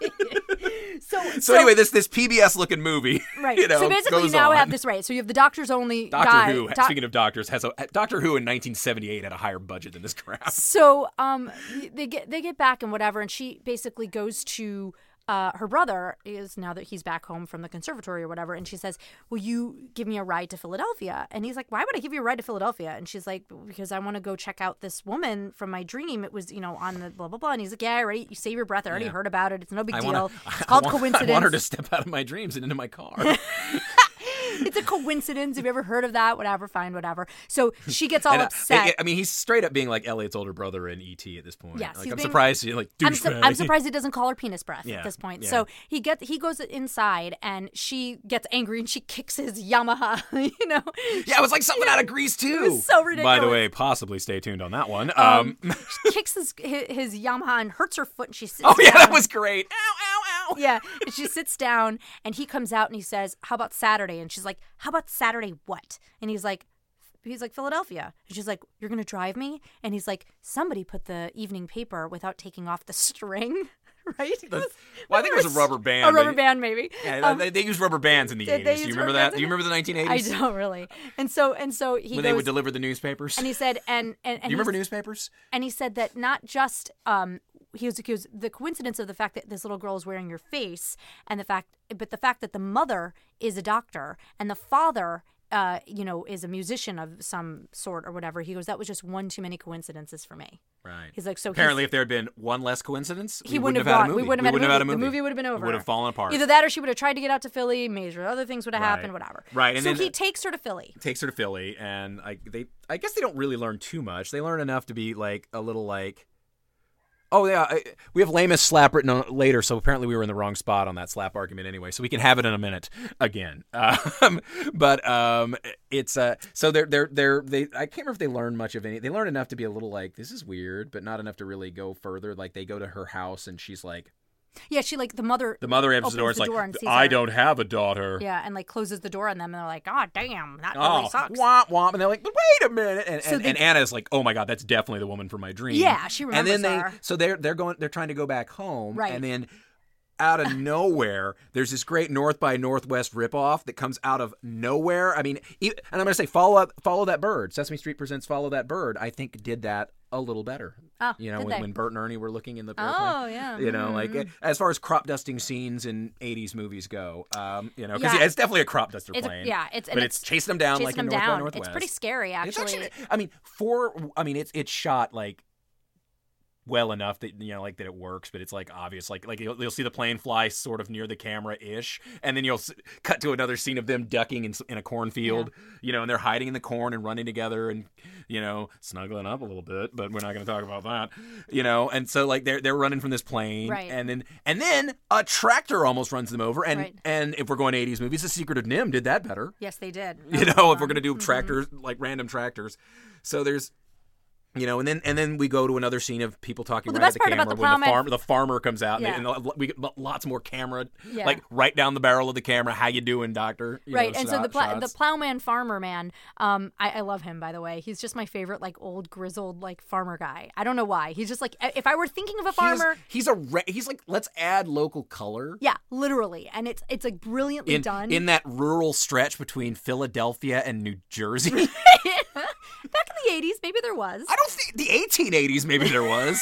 A: So,
B: so anyway, this this PBS looking movie,
A: right.
B: You know,
A: so basically, you
B: goes
A: now
B: on.
A: have this right. So you have the doctor's only
B: Doctor
A: guy.
B: Who.
A: doc-
B: speaking of doctors, has a Doctor Who in 1978 had a higher budget than this crap.
A: so um they get they get back and whatever and she basically goes to uh, her brother is now that he's back home from the conservatory or whatever and she says will you give me a ride to philadelphia and he's like why would i give you a ride to philadelphia and she's like because i want to go check out this woman from my dream it was you know on the blah blah blah and he's like yeah I already you save your breath i already heard about it it's no big
B: I
A: deal
B: want
A: it's called
B: I want,
A: coincidence
B: I want her to step out of my dreams and uh, into my car.
A: it's a coincidence have you ever heard of that whatever fine whatever so she gets all
B: And, uh,
A: upset
B: I, I mean, he's straight up being like Elliot's older brother in ET at this point.
A: Yes,
B: like,
A: he's
B: I'm
A: being-
B: surprised you like
A: I'm, su-
B: douchebag.
A: I'm surprised he doesn't call her penis breath
B: Yeah,
A: at this point.
B: yeah.
A: So he gets he goes inside and she gets angry and she kicks his Yamaha. You know,
B: Yeah, it was like something out of Grease too.
A: was so
B: By the
A: ridiculous.
B: way, possibly stay tuned on that one. Um,
A: Um, she kicks his, his his Yamaha and hurts her foot and she sits.
B: oh yeah,
A: down.
B: that was great. Ow, ow, ow.
A: yeah. And she sits down and he comes out and he says, "How about Saturday?" And she's like, "How about Saturday what?" And he's like. He's like Philadelphia. And she's like, "You're gonna drive me?" And he's like, "Somebody put the evening paper without taking off the string, right?"
B: Well, I think it was a rubber band.
A: A
B: but-
A: rubber band, maybe.
B: Yeah,
A: Um,
B: they, they used rubber bands in the
A: Did they
B: 80s. Do you
A: use
B: remember
A: rubber
B: that?
A: bands?
B: Do you remember the 1980s?
A: I don't really. And so and so he
B: When
A: goes
B: they would deliver the newspapers.
A: and he said and and, and
B: Do you remember
A: he,
B: newspapers?
A: and he said that not just um he was accused the coincidence of the fact that this little girl is wearing your face and the fact but the fact that the mother is a doctor and the father uh, you know is a musician of some sort or whatever he goes that was just one too many coincidences for me
B: Right.
A: he's like so he's-
B: Apparently, if there had been one less coincidence,
A: he
B: we wouldn't have,
A: gone.
B: had a movie.
A: We wouldn't have, had, a movie. The movie would have been
B: It
A: over.
B: Would have fallen apart.
A: Either that, or she would have tried to get out to Philly. Major other things would have
B: Right.
A: happened. Whatever.
B: Right, and
A: so
B: then
A: he
B: the-
A: takes her to Philly.
B: takes her to Philly, and I they I guess they don't really learn too much. They learn enough to be like a little like, oh yeah, I, we have lamest slap written on, later, so apparently we were in the wrong spot on that slap argument anyway. So we can have it in a minute again. Um, but um, it's uh, so they're they're they're they I can't remember if they learn much of any. They learn enough to be a little like this is weird, but not enough to really go further. Like they go to her house and she's like
A: Yeah, she like the mother.
B: the mother
A: opens
B: opens the door. It's
A: the
B: like
A: door and sees
B: I
A: her."
B: don't have a daughter.
A: Yeah, and like closes the door on them, and they're like, "God damn, that
B: Oh,
A: really sucks."
B: womp womp, and they're like, but "Wait a minute!" And,
A: So
B: and,
A: they-
B: and Anna's like, "Oh my god, that's definitely the woman from my dream."
A: Yeah, she
B: and
A: remembers
B: then they,
A: her.
B: so they're they're going, they're trying to go back home,
A: Right.
B: And then out of nowhere, there's this great North by Northwest ripoff that comes out of nowhere. I mean, e- and I'm going to say, follow up, follow that bird. Sesame Street presents Follow That Bird. I think did that a little better.
A: Oh,
B: you know,
A: did
B: when,
A: they?
B: when Bert and Ernie were looking in the airplane.
A: Oh yeah.
B: You know,
A: Mhm.
B: like eh, as far as crop dusting scenes in '80s movies go, um, you know, because
A: Yeah.
B: it's definitely a crop duster
A: It's a-
B: plane.
A: yeah, it's- and
B: but
A: it's
B: it's, chasing them down
A: chasing
B: like
A: them
B: in North by
A: down.
B: Northwest.
A: It's pretty scary,
B: It's
A: actually.
B: I mean, for I mean, it's it's shot like well enough that you know, like that it works, but it's like obvious, like like you'll, you'll see the plane fly sort of near the camera ish, and then you'll s- cut to another scene of them ducking in, s- in a cornfield, you know, and they're hiding in the corn and running together and you know snuggling up a little bit, but we're not going to talk about that, you know, and so like they're they're running from this plane,
A: Right.
B: and then and then a tractor almost runs them over, and
A: Right.
B: and if we're going to 80s movies, The Secret of Nim did that better
A: yes, they did.
B: you know if we're gonna do tractors like random tractors so there's you know and then and then we go to another scene of people talking
A: Well, the
B: right
A: best
B: at the
A: part
B: camera
A: about the
B: when the
A: plowman-
B: farm the farmer comes out
A: Yeah.
B: and, they, and lo- we get lo- lots more camera
A: Yeah.
B: like right down the barrel of the camera how you doing doctor You
A: right
B: know,
A: and so
B: shot-
A: the pl- the
B: shots.
A: plowman farmer man um I-, I love him by the way he's just my favorite like old grizzled like farmer guy i don't know why he's just like if i were thinking of a
B: He is-
A: farmer
B: he's a re- he's like let's add local color
A: yeah literally and it's it's like brilliantly
B: in,
A: done
B: in that rural stretch between Philadelphia and New Jersey,
A: back in the 80s maybe there was
B: I don't think the 1880s. Maybe there was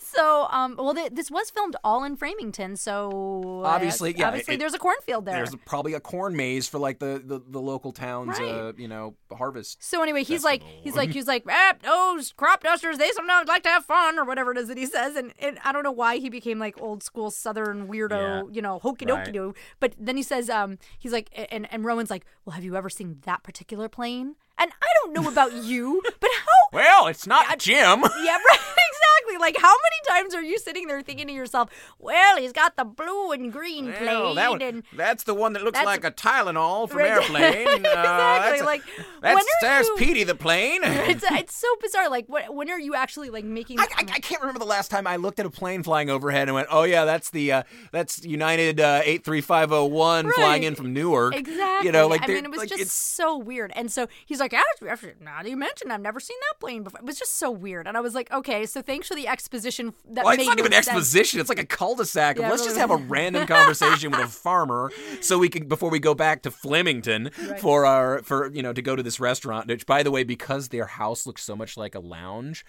A: so um well th- this was filmed all in framington so uh,
B: Obviously, yeah,
A: obviously
B: it-
A: there's a cornfield there
B: there's probably a corn maze for like the the, the local town's
A: Right.
B: uh, you know harvest
A: So anyway, he's like, he's like, he's like, ah, those crop dusters, they sometimes like to have fun or whatever it is that he says. And, and I don't know why he became like old school Southern weirdo,
B: Yeah.
A: you know, hokey
B: Right.
A: dokey doo. But then he says, um, he's like, and, and Rowan's like, well, have you ever seen that particular plane? And I don't know about you, but how?
B: Well, it's not Jim.
A: Yeah, right, exactly. Like, how many times are you sitting there thinking to yourself, well, he's got the blue and green plane and.
B: that's the one that looks
A: That's-
B: like a Tylenol from
A: Right.
B: Airplane. Uh,
A: Exactly,
B: that's a-
A: like,
B: that's
A: when are
B: there's
A: you-
B: Petey the plane. I,
A: It's, it's so bizarre. Like, what, when are you actually like making?
B: I, I can't remember the last time I looked at a plane flying overhead and went, "Oh yeah, that's the uh, that's United uh, 83501 flying
A: Right.
B: in from Newark."
A: Exactly.
B: You know, like
A: I
B: they're-
A: mean, it was
B: like,
A: just
B: it's-
A: so weird. And so he's like, "Actually, actually, now that you mentioned, I've never seen that plane before." It was just so weird. And I was like, "Okay, so thanks for the exposition." f- That
B: Well,
A: made
B: it's not
A: no
B: even
A: sense.
B: exposition. It's like a cul-de-sac. of
A: Yeah,
B: Let's just
A: really.
B: have a random conversation with a farmer, so we can before we go back to Flemington for our for you know to go to this restaurant. Which, by the way, because their house looks so much like a lounge,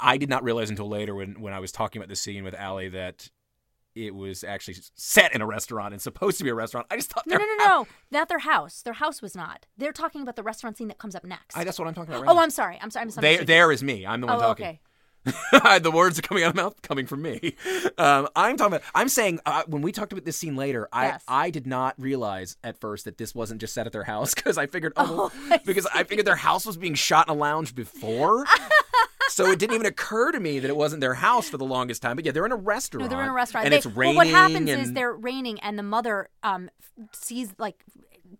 B: I did not realize until later when when I was talking about the scene with Allie that it was actually set in a restaurant and supposed to be a restaurant. I just thought
A: No,
B: their
A: no, no,
B: house-
A: no. Not their house. Their house was not. They're talking about the restaurant scene that comes up next.
B: I, that's what I'm talking about. Right
A: oh,
B: now.
A: I'm sorry. I'm sorry. I'm sorry.
B: There, there is me. I'm the one
A: Oh,
B: talking.
A: okay.
B: the words are coming out of my mouth coming from me. Um, I'm talking about. I'm saying uh, when we talked about this scene later, I
A: Yes.
B: I did not realize at first that this wasn't just set at their house because I figured oh,
A: Oh,
B: well,
A: I
B: because I figured their house was being shot in a lounge before. So it didn't even occur to me that it wasn't their house for the longest time. But yeah, they're in a restaurant.
A: No, they're in a restaurant.
B: and
A: They-
B: it's raining.
A: Well, what happens is
B: and-
A: they're raining, and the mother um, f- sees like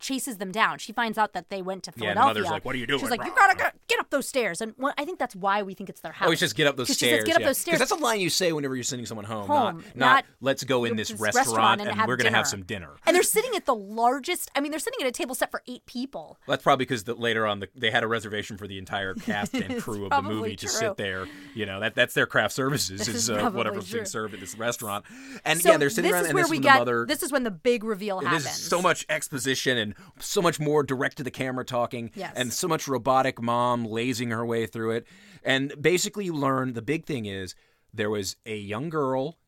A: chases them down. She finds out that they went to
B: Yeah,
A: Philadelphia.
B: and the mother's like, "What are you doing?"
A: She's like, "You gotta go- get up those stairs," and well, I think that's why we think it's their house.
B: Always Oh, just get up those
A: 'Cause
B: stairs.
A: She says, "Get up
B: yeah.
A: those
B: 'Cause
A: stairs."
B: That's a line you say whenever you're sending someone home.
A: Home,
B: not,
A: not,
B: let's go in this
A: this
B: restaurant,
A: restaurant and have
B: we're gonna have
A: dinner."
B: some dinner.
A: And they're sitting at the largest. I mean, they're sitting at a table set for eight people.
B: Well, that's probably because the, later on the, they had a reservation for the entire cast and crew of the
A: probably
B: movie to
A: true.
B: sit there. You know that that's their craft services is
A: is
B: uh,
A: probably
B: whatever's being
A: true.
B: served at this restaurant. And
A: So
B: yeah, they're sitting
A: this
B: around
A: is
B: and
A: where
B: this
A: we
B: is when
A: got.
B: the mother.
A: This is when the big reveal
B: and
A: happens.
B: there's so much exposition and so much more direct to the camera talking
A: Yes.
B: and so much robotic mom lazing her way through it. And basically, you learn the big thing is there was a young girl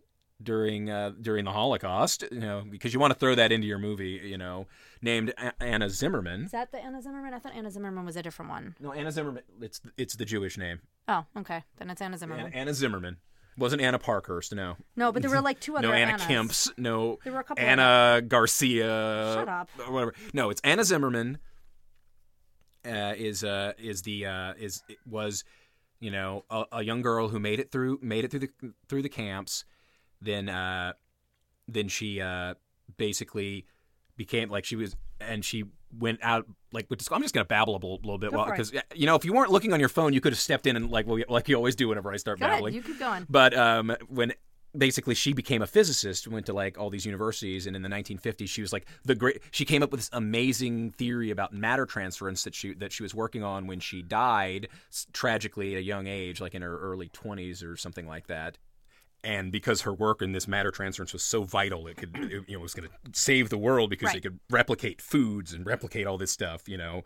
B: during uh, during the Holocaust, you know, because you want to throw that into your movie, you know, named a- Anna Zimmerman.
A: Is that the Anna Zimmerman? I thought Anna Zimmerman was a different one.
B: No, Anna Zimmerman. It's it's the Jewish name.
A: Oh, okay. Then it's Anna Zimmerman.
B: Anna, Anna Zimmerman wasn't Anna Parkhurst. No,
A: no, but there were like two other
B: no Anna
A: Annas.
B: Kemps. No
A: There were a couple
B: Anna Garcia.
A: Shut up.
B: Or whatever. No, it's Anna Zimmerman. Uh, is uh is the uh is was, you know, a, a young girl who made it through made it through the through the camps, then uh, then she uh basically became like she was and she went out like with I'm just gonna babble a little, little bit
A: Go
B: while
A: for it.
B: because you know if you weren't looking on your phone you could have stepped in and like well, like you always do whenever I start
A: Go
B: babbling
A: ahead. You keep going.
B: but um, when basically she became a physicist, went to like all these universities, and in the 1950s she was like the great. She came up with this amazing theory about matter transference that she that she was working on when she died s- tragically at a young age, like in her early 20s or something like that. And because her work in this matter transference was so vital, it could it, you know was going to save the world because
A: Right.
B: it could replicate foods and replicate all this stuff, you know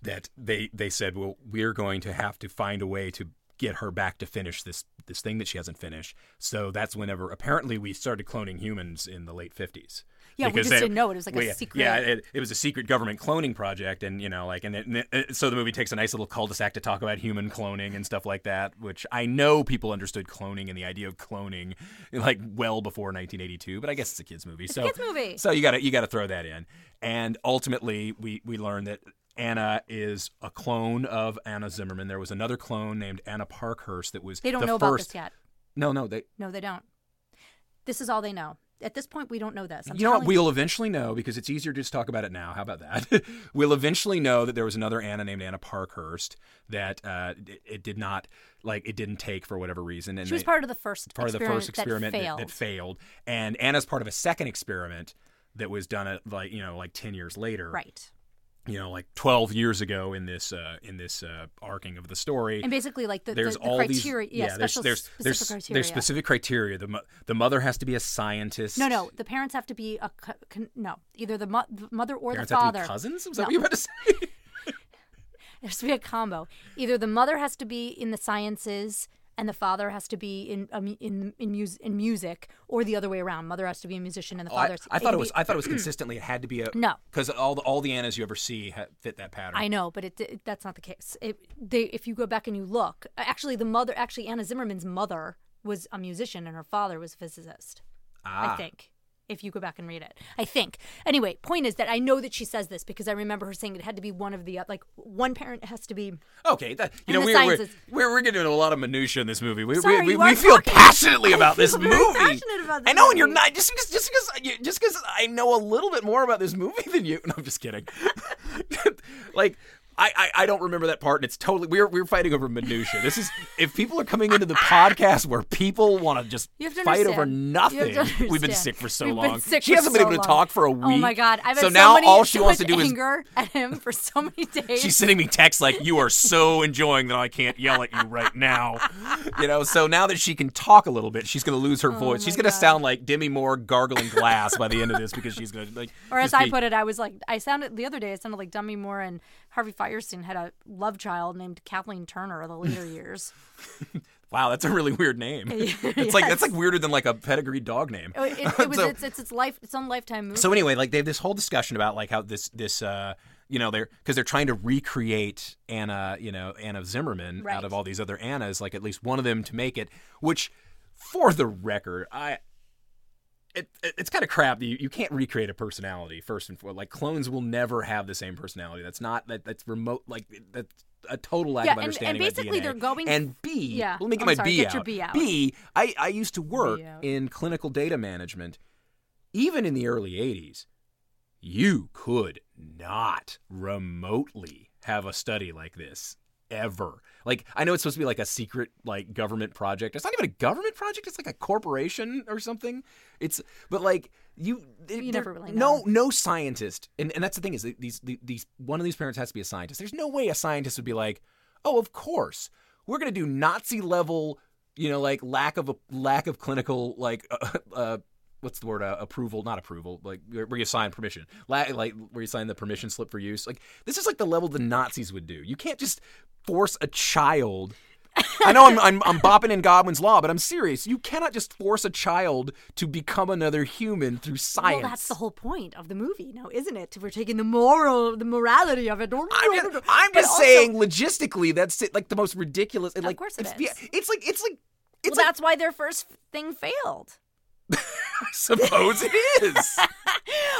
B: that they they said, well, we're going to have to find a way to get her back to finish this this thing that she hasn't finished. So that's whenever apparently we started cloning humans in the late fifties.
A: Yeah, we just didn't know it. It was like a secret-
B: Yeah, it, it was a secret government cloning project, and you know, like, and, then and then- so the movie takes a nice little cul-de-sac to talk about human cloning and stuff like that, which I know people understood cloning and the idea of cloning like well before 1982, but I guess it's a kids movie. so
A: kids movie.
B: so you got to you got to throw that in. And ultimately, we we learn that Anna is a clone of Anna Zimmerman. There was another clone named Anna Parkhurst that was
A: They don't
B: the
A: know about
B: first.
A: this yet.
B: No, no, they.
A: No, they don't. This is all they know. At this point, we don't know this. I'm
B: you know what?
A: telling
B: We'll eventually know because it's easier to just talk about it now. How about that? we'll eventually know that there was another Anna named Anna Parkhurst that uh, it, it did not like it didn't take for whatever reason. And
A: she was
B: they-
A: part of the first
B: part of the first experiment
A: that
B: that,
A: failed.
B: that failed, and Anna's part of a second experiment that was done at like you know like ten years later.
A: right.
B: you know like 12 years ago in this uh in this uh arcing of the story
A: And basically, like the,
B: there's
A: the, the
B: all
A: criteria,
B: these
A: yeah,
B: there's
A: special
B: there's
A: specific
B: there's,
A: criteria.
B: there's specific criteria the mo- the mother has to be a scientist
A: No, no, the parents have to be a co- con- no, either the, mo- the mother or
B: parents
A: the
B: have
A: father.
B: to be cousins was
A: No.
B: that what you were about to say
A: There has to be a combo. Either the mother has to be in the sciences and the father has to be in um, in in, mus- in music, or the other way around. Mother has to be a musician and the
B: Oh, I,
A: father.
B: I thought it was I thought it was consistently it had to be a
A: No.
B: because all the all the Annas you ever see ha- fit that pattern
A: I know, but it, it that's not the case. It, they, if you go back and you look, actually, the mother, actually Anna Zimmerman's mother was a musician and her father was a physicist.
B: ah
A: I think. If you go back and read it, I think. Anyway, point is that I know that she says this because I remember her saying it had to be one of the oth- like one parent has to be.
B: okay that
A: And
B: you know
A: the
B: we, we're,
A: sciences.
B: we're we're getting into a lot of minutia in this movie we
A: Sorry,
B: we, we,
A: you
B: we
A: are
B: feel
A: talking.
B: passionately about
A: feel
B: this
A: very
B: movie
A: passionate about this
B: I know and you're
A: movie.
B: not just because just because just because I know a little bit more about this movie than you no I'm just kidding like. I, I, I don't remember that part, and it's totally we're we're fighting over minutia. This is if people are coming into the podcast where people want to just
A: You have to
B: fight over
A: understand. You have
B: nothing.
A: to
B: We've been
A: understand.
B: sick for so
A: We've been
B: long.
A: sick
B: she
A: for
B: hasn't been
A: so
B: able
A: long.
B: to talk for a week.
A: Oh my god! I've had so
B: so now
A: many-
B: all she
A: so
B: wants to
A: much
B: do is
A: anger at him for so many days.
B: She's sending me texts like, "You are so enjoying that I can't yell at you right now." You know, so now that she can talk a little bit, she's going to lose her voice. She's
A: Oh my
B: going to
A: God.
B: sound like Demi Moore gargling glass by the end of this because she's going to like.
A: or as
B: just
A: I
B: be-
A: put it, I was like, I sounded the other day. I sounded like Dummy Moore and Harvey Firestein had a love child named Kathleen Turner in the later years.
B: "Wow, that's a really weird name." it's like that's like weirder than like a pedigree dog name.
A: Oh, It, it- it was
B: So-
A: it's, it's its life its own lifetime movie.
B: So anyway, like they have this whole discussion about like how this this uh you know they're because they're trying to recreate Anna you know Anna Zimmerman out
A: Right.
B: of all these other Annas like at least one of them to make it. Which, for the record, I. It, it- it's kind of crap. that You, you can't recreate a personality first and foremost. Like clones will never have the same personality. That's not that. That's remote. Like that's a total lack
A: Yeah,
B: of
A: and- and
B: understanding. of
A: basically
B: DNA.
A: they're going-
B: And B,
A: Yeah,
B: let me get
A: I'm
B: my
A: sorry,
B: B
A: get
B: out.
A: your B out.
B: B, I I used to work
A: out.
B: in clinical data management, even in the early 80s, you could not remotely have a study like this ever. Like I know it's supposed to be like a secret like government project. It's not even a government project, it's like a corporation or something. It's but like you, there-
A: never really
B: no no scientist and, and that's the thing is that these the- these one of these parents has to be a scientist. There's no way a scientist would be like, "Oh, of course. We're going to do Nazi level, you know, like lack of a lack of clinical like uh, uh what's the word uh, approval not approval like where where you sign permission La- like where you sign the permission slip for use like this is like the level the nazis would do you can't just force a child I know I'm, I'm I'm bopping in Godwin's law, but I'm serious. You cannot just force a child to become another human through science.
A: Well, that's the whole point of the movie, now, isn't it? We're taking the moral, the morality of it.
B: I'm just, I'm just saying, logistically, that's it, like the most ridiculous. And
A: Of
B: like,
A: course it
B: it's,
A: is.
B: yeah, it's like it's like
A: Well,
B: it's like,
A: that's why their first thing failed.
B: I suppose it is.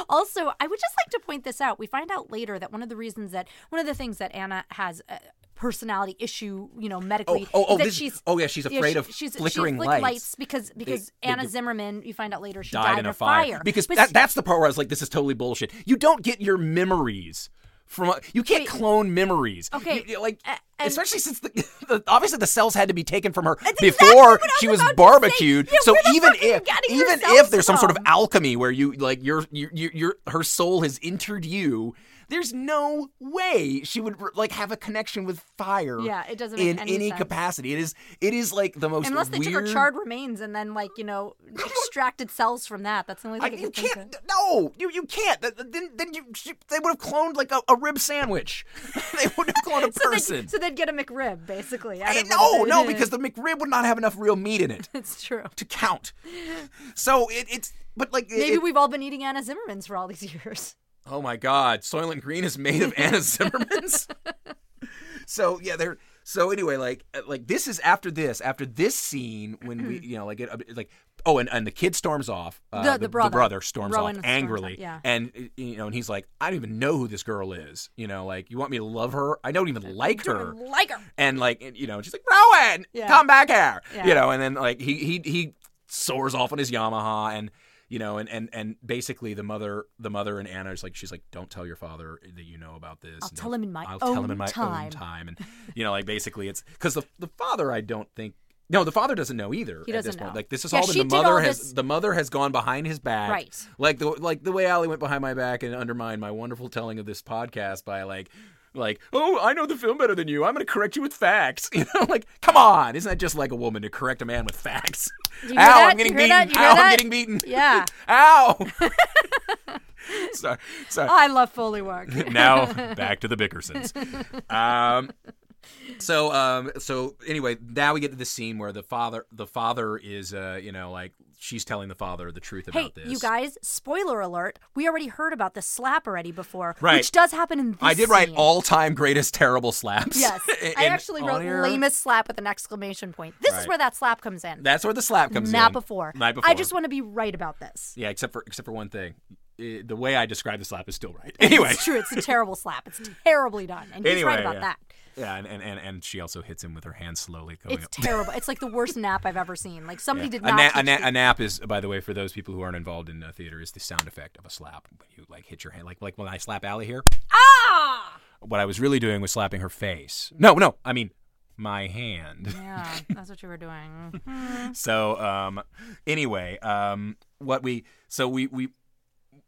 A: also, I would just like to point this out. We find out later that one of the reasons that one of the things that Anna has a personality issue, you know, medically,
B: Oh, oh, oh,
A: is that
B: this-
A: she's
B: oh, yeah, she's
A: yeah,
B: afraid
A: she-
B: of
A: she's,
B: flickering
A: she flicked
B: lights.
A: because because
B: they
A: Anna
B: do-
A: Zimmerman, you find out later, she
B: died in a fire. Because
A: But
B: that, that's the part where I was like, this is totally bullshit. You don't get your memories from a, you can't
A: Wait.
B: clone memories.
A: Okay,
B: You- like
A: a- and-
B: especially since the, the obviously the cells had to be taken from her
A: exactly
B: before
A: what I was
B: she was
A: about to say.
B: barbecued.
A: Yeah,
B: so
A: where the
B: even
A: fuck are you
B: if
A: getting your
B: even
A: cells
B: if there's some sort of
A: from?
B: alchemy where you like your your your, your her soul has entered you, there's no way she would like have a connection with fire.
A: Yeah, it doesn't make
B: in
A: any
B: any
A: sense.
B: capacity. It is it is like the most
A: unless they took her
B: weird-
A: charred remains and then like you know extracted cells from that. That's the only
B: I,
A: thing I,
B: you
A: can think of.
B: can't. No, you you can't. Th- th- Then then you she- they would have cloned like a, a rib sandwich. they would have cloned a
A: So they'd-
B: person.
A: So they'd get a McRib, basically. out
B: I-
A: of
B: no,
A: it.
B: no, because the McRib would not have enough real meat in it
A: it's true.
B: to count. So it, it's but like it-
A: Maybe
B: it-
A: we've all been eating Anna Zimmerman's for all these years.
B: oh my god, Soylent Green is made of Anna Zimmerman's. so yeah, they're so anyway like uh, like this is after this after this scene when we you know like it uh, like oh and, and the kid storms off uh,
A: Mm-hmm. The- the brother.
B: storms
A: Rowan
B: off
A: storms off,
B: angrily
A: yeah.
B: and uh, you know and he's like I don't even know who this girl is you know like you want me to love her I don't even like
A: Don't
B: her
A: even like her.
B: and like and, you know she's like Rowan
A: Yeah.
B: come back here
A: Yeah.
B: you know and then like he he he soars off on his Yamaha and you know and and and basically the mother the mother and Anna is like she's like don't tell your father that you know about this
A: I'll
B: And
A: tell
B: don't-
A: him in my
B: I'll
A: own
B: tell him in my
A: time.
B: own time and you know like basically it's cuz the the father I don't think no, the father doesn't know either.
A: He
B: at this
A: doesn't
B: point.
A: know.
B: Like this is
A: Yeah,
B: all been
A: she
B: the
A: did all
B: mother has
A: this-
B: the mother has gone behind his back.
A: Right.
B: Like the like the way Allie went behind my back and undermined my wonderful telling of this podcast by like like, oh, I know the film better than you. I'm going to correct you with facts. You know, like, come on, isn't that just like a woman to correct a man with facts?
A: You hear
B: Ow,
A: that?
B: I'm getting
A: You hear
B: beaten.
A: that? You hear
B: Ow,
A: that?
B: I'm getting beaten.
A: Yeah.
B: Ow. sorry, sorry.
A: Oh, I love Foley work.
B: now back to the Bickersons. Um, so um, so anyway, now we get to the scene where the father the father is uh, you know like she's telling the father the truth
A: Hey,
B: about this.
A: you guys! Spoiler alert: We already heard about this slap already before,
B: Right.
A: which does happen in this.
B: I did write
A: scene.
B: all time greatest terrible slaps.
A: Yes,
B: in-
A: I actually wrote
B: on air.
A: lamest slap with an exclamation point. This is
B: Right.
A: where that slap comes in.
B: That's where the slap comes
A: Not
B: in.
A: before.
B: Not before.
A: I just want to be right about this.
B: yeah, except for except for one thing, Uh, the way I describe the slap is still right. Anyway,
A: It's true. It's a terrible slap. It's terribly done, and he's right
B: Anyway,
A: about
B: yeah. Oh,
A: that.
B: yeah, and, and and and she also hits him with her hand slowly going
A: It's
B: up.
A: terrible. It's like the worst nap I've ever seen. Like somebody did
B: a,
A: not.
B: na-
A: teach
B: a, na-
A: these-
B: a nap is, by the way, for those people who aren't involved in uh, theater, is the sound effect of a slap when you like hit your hand, like like when I slap Allie here.
A: ah!
B: What I was really doing was slapping her face. No, no, I mean my hand.
A: Yeah, that's what you were doing.
B: so um, anyway, um, what we so we we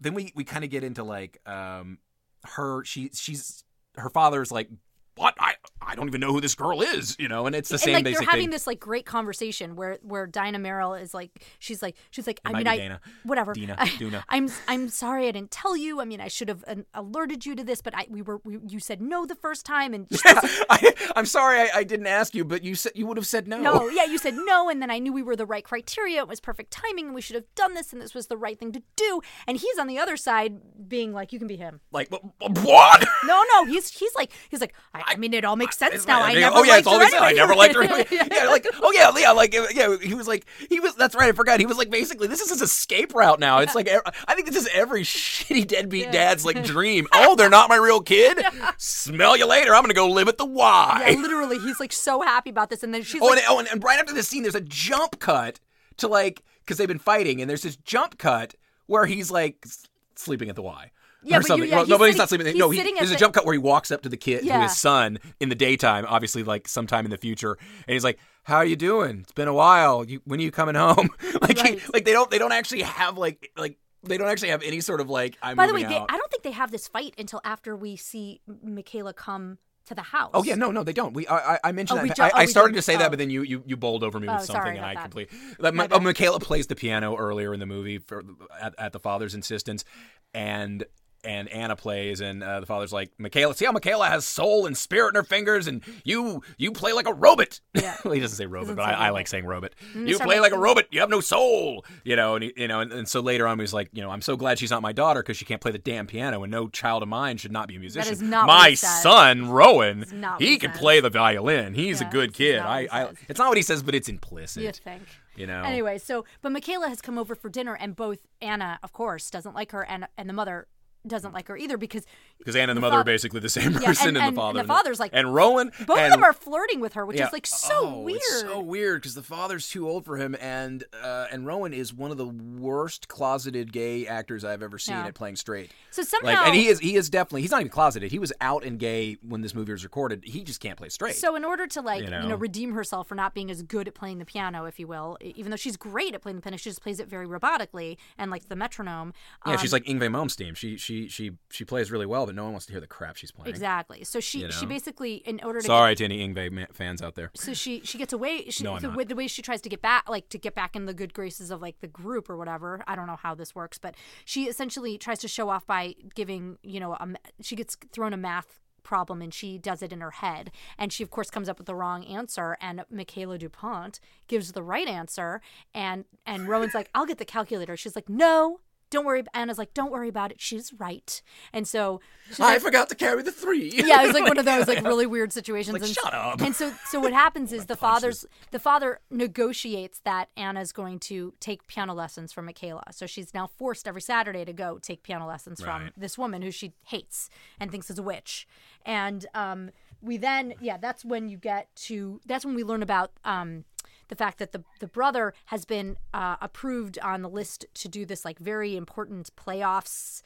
B: then we we kind of get into like um, her she she's her father's like what I I don't even know who this girl is you know and it's the
A: and
B: same
A: like
B: basic
A: they're having
B: thing.
A: this like great conversation where where Dinah Merrill is like she's like she's like I
B: might
A: mean
B: be
A: I
B: Dana.
A: whatever
B: Dina,
A: I,
B: Duna.
A: I'm I'm sorry I didn't tell you I mean I should have um, alerted you to this but I we were we, you said no the first time and she's like,
B: I, I'm sorry I, I didn't ask you, but you said you would have said
A: no yeah you said no and then I knew we were the right criteria it was perfect timing and we should have done this and this was the right thing to do and he's on the other side being like you can be him
B: Like wh- wh- what?
A: no no he's he's like he's like I, I mean it all makes sense now I
B: They go,
A: never
B: oh yeah,
A: liked
B: it's all
A: her
B: they said. I
A: anyway."
B: never liked her. Anyway.
A: Yeah.
B: yeah, like oh yeah, yeah, like yeah. He was like he was. That's right. I forgot. He was like basically this is his escape route now. It's like e-, I think this is every shitty deadbeat dad's like dream. Oh, they're not my real kid. Smell you later. I'm gonna go live at the Y.
A: Yeah, literally, he's like so happy about this, and then she's
B: oh,
A: like,
B: and, oh and, and right after this scene, there's a jump cut to like because they've been fighting, and there's this jump cut where he's like s- sleeping at the Y.
A: Yeah,
B: or
A: but you-
B: something.
A: yeah,
B: well,
A: he's
B: no, but he's
A: sitting-
B: not sleeping.
A: he's
B: no, he,
A: sitting at
B: there's a
A: the-
B: jump cut where he walks up to the kid, to
A: Yeah.
B: his son, in the daytime, obviously like sometime in the future, and he's like, "How are you doing? It's been a while. You, when are you coming home?" like, he-
A: Right.
B: like they don't, they don't actually have like, like they don't actually have any sort of like. I'm
A: By the way,
B: moving
A: they,
B: out.
A: I don't think they have this fight until after we see M- Michaela come to the house.
B: Oh yeah, no, no, they don't. We I, I- I mentioned
A: Oh, we
B: that.
A: ju-
B: I,
A: oh,
B: I
A: we
B: started
A: didn't-
B: to say
A: oh.
B: that, but then you you, you bowled over me with
A: Oh, sorry
B: something, and
A: about
B: I
A: that.
B: completely. Like, my,
A: bad.
B: oh, Michaela plays the piano earlier in the movie for, at, at the father's insistence, and and Anna plays, and uh, the father's like, Michaela, see how Michaela has soul and spirit in her fingers, and you you play like a robot.
A: Yeah.
B: well, he doesn't say robot,
A: Doesn't
B: but
A: say
B: I, I
A: robot.
B: like saying robot.
A: Mm,
B: you
A: sorry.
B: play like a robot. You have no soul. You know, and he, you know, and, and so later on, he's like, you know, I'm so glad she's not my daughter because she can't play the damn piano, and no child of mine should not be a musician.
A: is not what
B: my
A: he says.
B: son Rowan.
A: not what
B: He
A: he
B: can
A: says.
B: play the violin. He's
A: Yeah,
B: a good
A: this is
B: kid.
A: not what he
B: I, I,
A: says.
B: it's not what he says, but it's implicit.
A: You think.
B: You know.
A: Anyway, so but Michaela has come over for dinner, and both Anna, of course, doesn't like her, and and the mother doesn't like her either because
B: Because Anne and the, mother are
A: father-
B: basically the same
A: and-
B: person, and,
A: and- and
B: the father.
A: the father's like-
B: and Rowan.
A: both
B: and,
A: of them are flirting with her, which
B: yeah.
A: is like so
B: Oh,
A: weird.
B: It's so weird because the father's too old for him, and uh, and Rowan is one of the worst closeted gay actors I've ever seen
A: Yeah.
B: at playing straight.
A: So somehow,
B: Like, and he is he is definitely he's not even closeted. He was out and gay when this movie was recorded. He just can't play straight.
A: So in order to like
B: You
A: you know,
B: know?
A: redeem herself for not being as good at playing the piano, if you will, e- even though she's great at playing the piano, she just plays it very robotically and like the metronome.
B: yeah,
A: um,
B: she's like Ingve Malmsteen. She she she she plays really well, but no one wants to hear the crap she's playing.
A: exactly. So she
B: you
A: she
B: know?
A: basically in order to
B: Sorry to any Ingve ma- fans out there.
A: Get, so she she gets away. She,
B: No, I'm
A: the,
B: not.
A: way, the way she tries to get back, like to get back in the good graces of like the group or whatever. I don't know how this works, but she essentially tries to show off by giving you know a, ma- she gets thrown a math problem and she does it in her head and she of course comes up with the wrong answer and Michaela DuPont gives the right answer and and Rowan's like I'll get the calculator she's like no don't worry Anna's like don't worry about it she's right and so she's
B: I
A: like,
B: forgot to carry the three.
A: yeah, it was like one of those like really weird situations.
B: Like,
A: and, s-
B: shut up.
A: And so, so what happens is the father's the father negotiates that Anna's going to take piano lessons from Michaela. So she's now forced every Saturday to go take piano lessons from
B: Right.
A: this woman who she hates and thinks is a witch. And um, we then, yeah, that's when you get to that's when we learn about. Um, the fact that the, the brother has been uh, approved on the list to do this like very important playoffs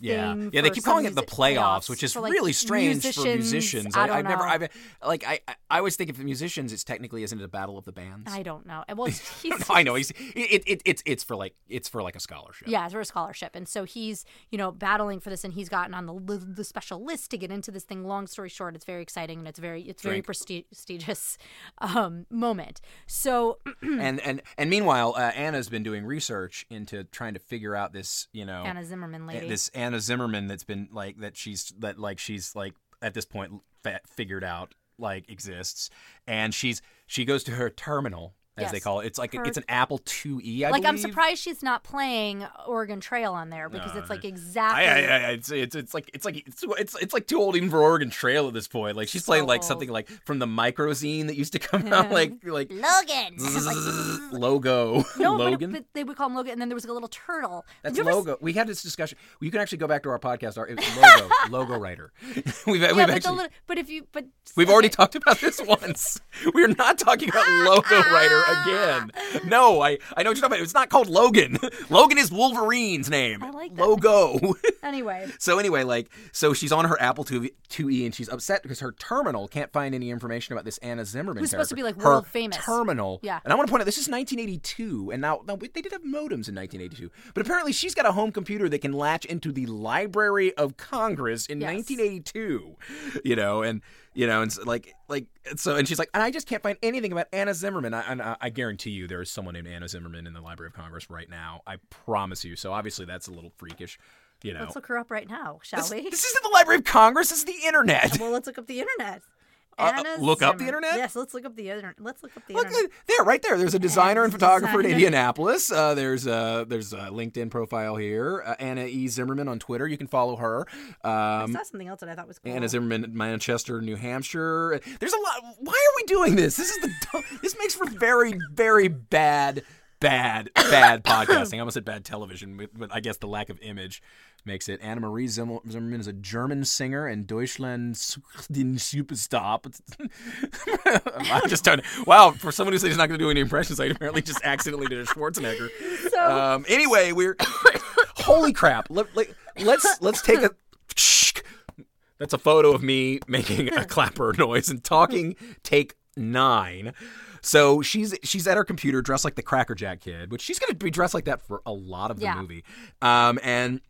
B: Yeah,
A: thing
B: yeah. They
A: for
B: keep
A: some
B: calling it the
A: music-
B: playoffs,
A: playoffs
B: which is
A: for, like,
B: really strange for
A: musicians.
B: musicians.
A: I
B: I've
A: don't
B: never,
A: know.
B: I've like, I, I- I always think of musicians. It's technically isn't it a battle of the bands?
A: I don't know. Well, he's, he's-
B: I know. He's, it, it, it's, it's for like, it's for like a scholarship.
A: Yeah, it's for a scholarship. And so he's, you know, battling for this and he's gotten on the, li- the special list to get into this thing. Long story short, it's very exciting and it's very it's very
B: Drink.
A: presti- prestigious um, moment. So
B: And and and meanwhile, uh, Anna's been doing research into trying to figure out this, you know,
A: Anna Zimmerman lady.
B: this Anna Zimmerman that's been like that she's that like she's like at this point fa- figured out like exists, and she's she goes to her terminal as they
A: Yes.
B: call it. It's like
A: Her-
B: it's an Apple IIe. I
A: like I'm
B: believe.
A: surprised she's not playing Oregon Trail on there because
B: No,
A: it's like
B: I-
A: exactly
B: I, I, I, it's, it's it's like it's like it's, it's it's like too old even for Oregon Trail at this point. Like she's
A: So
B: playing like
A: old.
B: something like from the microzine that used to come out like like
A: Logan.
B: zzzz, logo
A: no, but,
B: Logan.
A: it- but they would call him Logan and then there was a little turtle.
B: that's
A: Did you ever
B: logo. We had this discussion. You can actually go back to our podcast. Our it was logo, logo writer. We've,
A: s-
B: we've
A: Yeah, but, the
B: actually
A: little, but if you but
B: we've already talked about this once. We are not talking about logo writer again. No, I I know what you're talking about. It's not called Logan. Logan is Wolverine's name.
A: I like that.
B: logo.
A: anyway.
B: So anyway, like, so she's on her Apple II, IIe E, and she's upset because her terminal can't find any information about this Anna Zimmerman.
A: Who's supposed to
B: character.
A: be, like,
B: Her
A: world famous.
B: Terminal.
A: Yeah.
B: And I want to point out this is 1982, and now, now they did have modems in 1982, but apparently she's got a home computer that can latch into the Library of Congress in
A: Yes.
B: 1982. You know, and you know, and so, like, like, so, and she's like, and I just can't find anything about Anna Zimmerman. I, and I, I guarantee you, there is someone named Anna Zimmerman in the Library of Congress right now. I promise you. So obviously, that's a little freakish. You know,
A: Let's look her up right now, shall
B: this,
A: we?
B: this isn't the Library of Congress. This is the internet.
A: Well, let's look up the internet.
B: Uh,
A: Anna
B: uh, look up the
A: Zimmer-
B: internet?
A: Yes, let's look up the internet. Let's look up the
B: Look
A: internet.
B: uh, there, right there. There's a designer and
A: There's a
B: photographer in
A: designer.
B: Indianapolis. Uh, there's a there's a LinkedIn profile here. Uh, Anna E Zimmerman on Twitter. You can follow her.
A: I
B: Um,
A: saw something else that I thought was cool.
B: Anna Zimmerman, in Manchester, New Hampshire. There's a lot. Why are we doing this? This is the dumb- this makes for very very bad bad bad podcasting. I almost said bad television, but, but I guess the lack of image makes it. Anna Marie Zimmel- Zimmerman is a German singer and Deutschland Superstar. I'm just trying. to- Wow, for someone who says he's not going to do any impressions, I apparently just accidentally did a Schwarzenegger. um, anyway, we're holy crap. Let, let, let's let's take a. That's a photo of me making a clapper noise and talking. Take nine. So she's she's at her computer dressed like the Cracker Jack kid, which she's gonna be dressed like that for a lot of the
A: Yeah.
B: movie. Um, and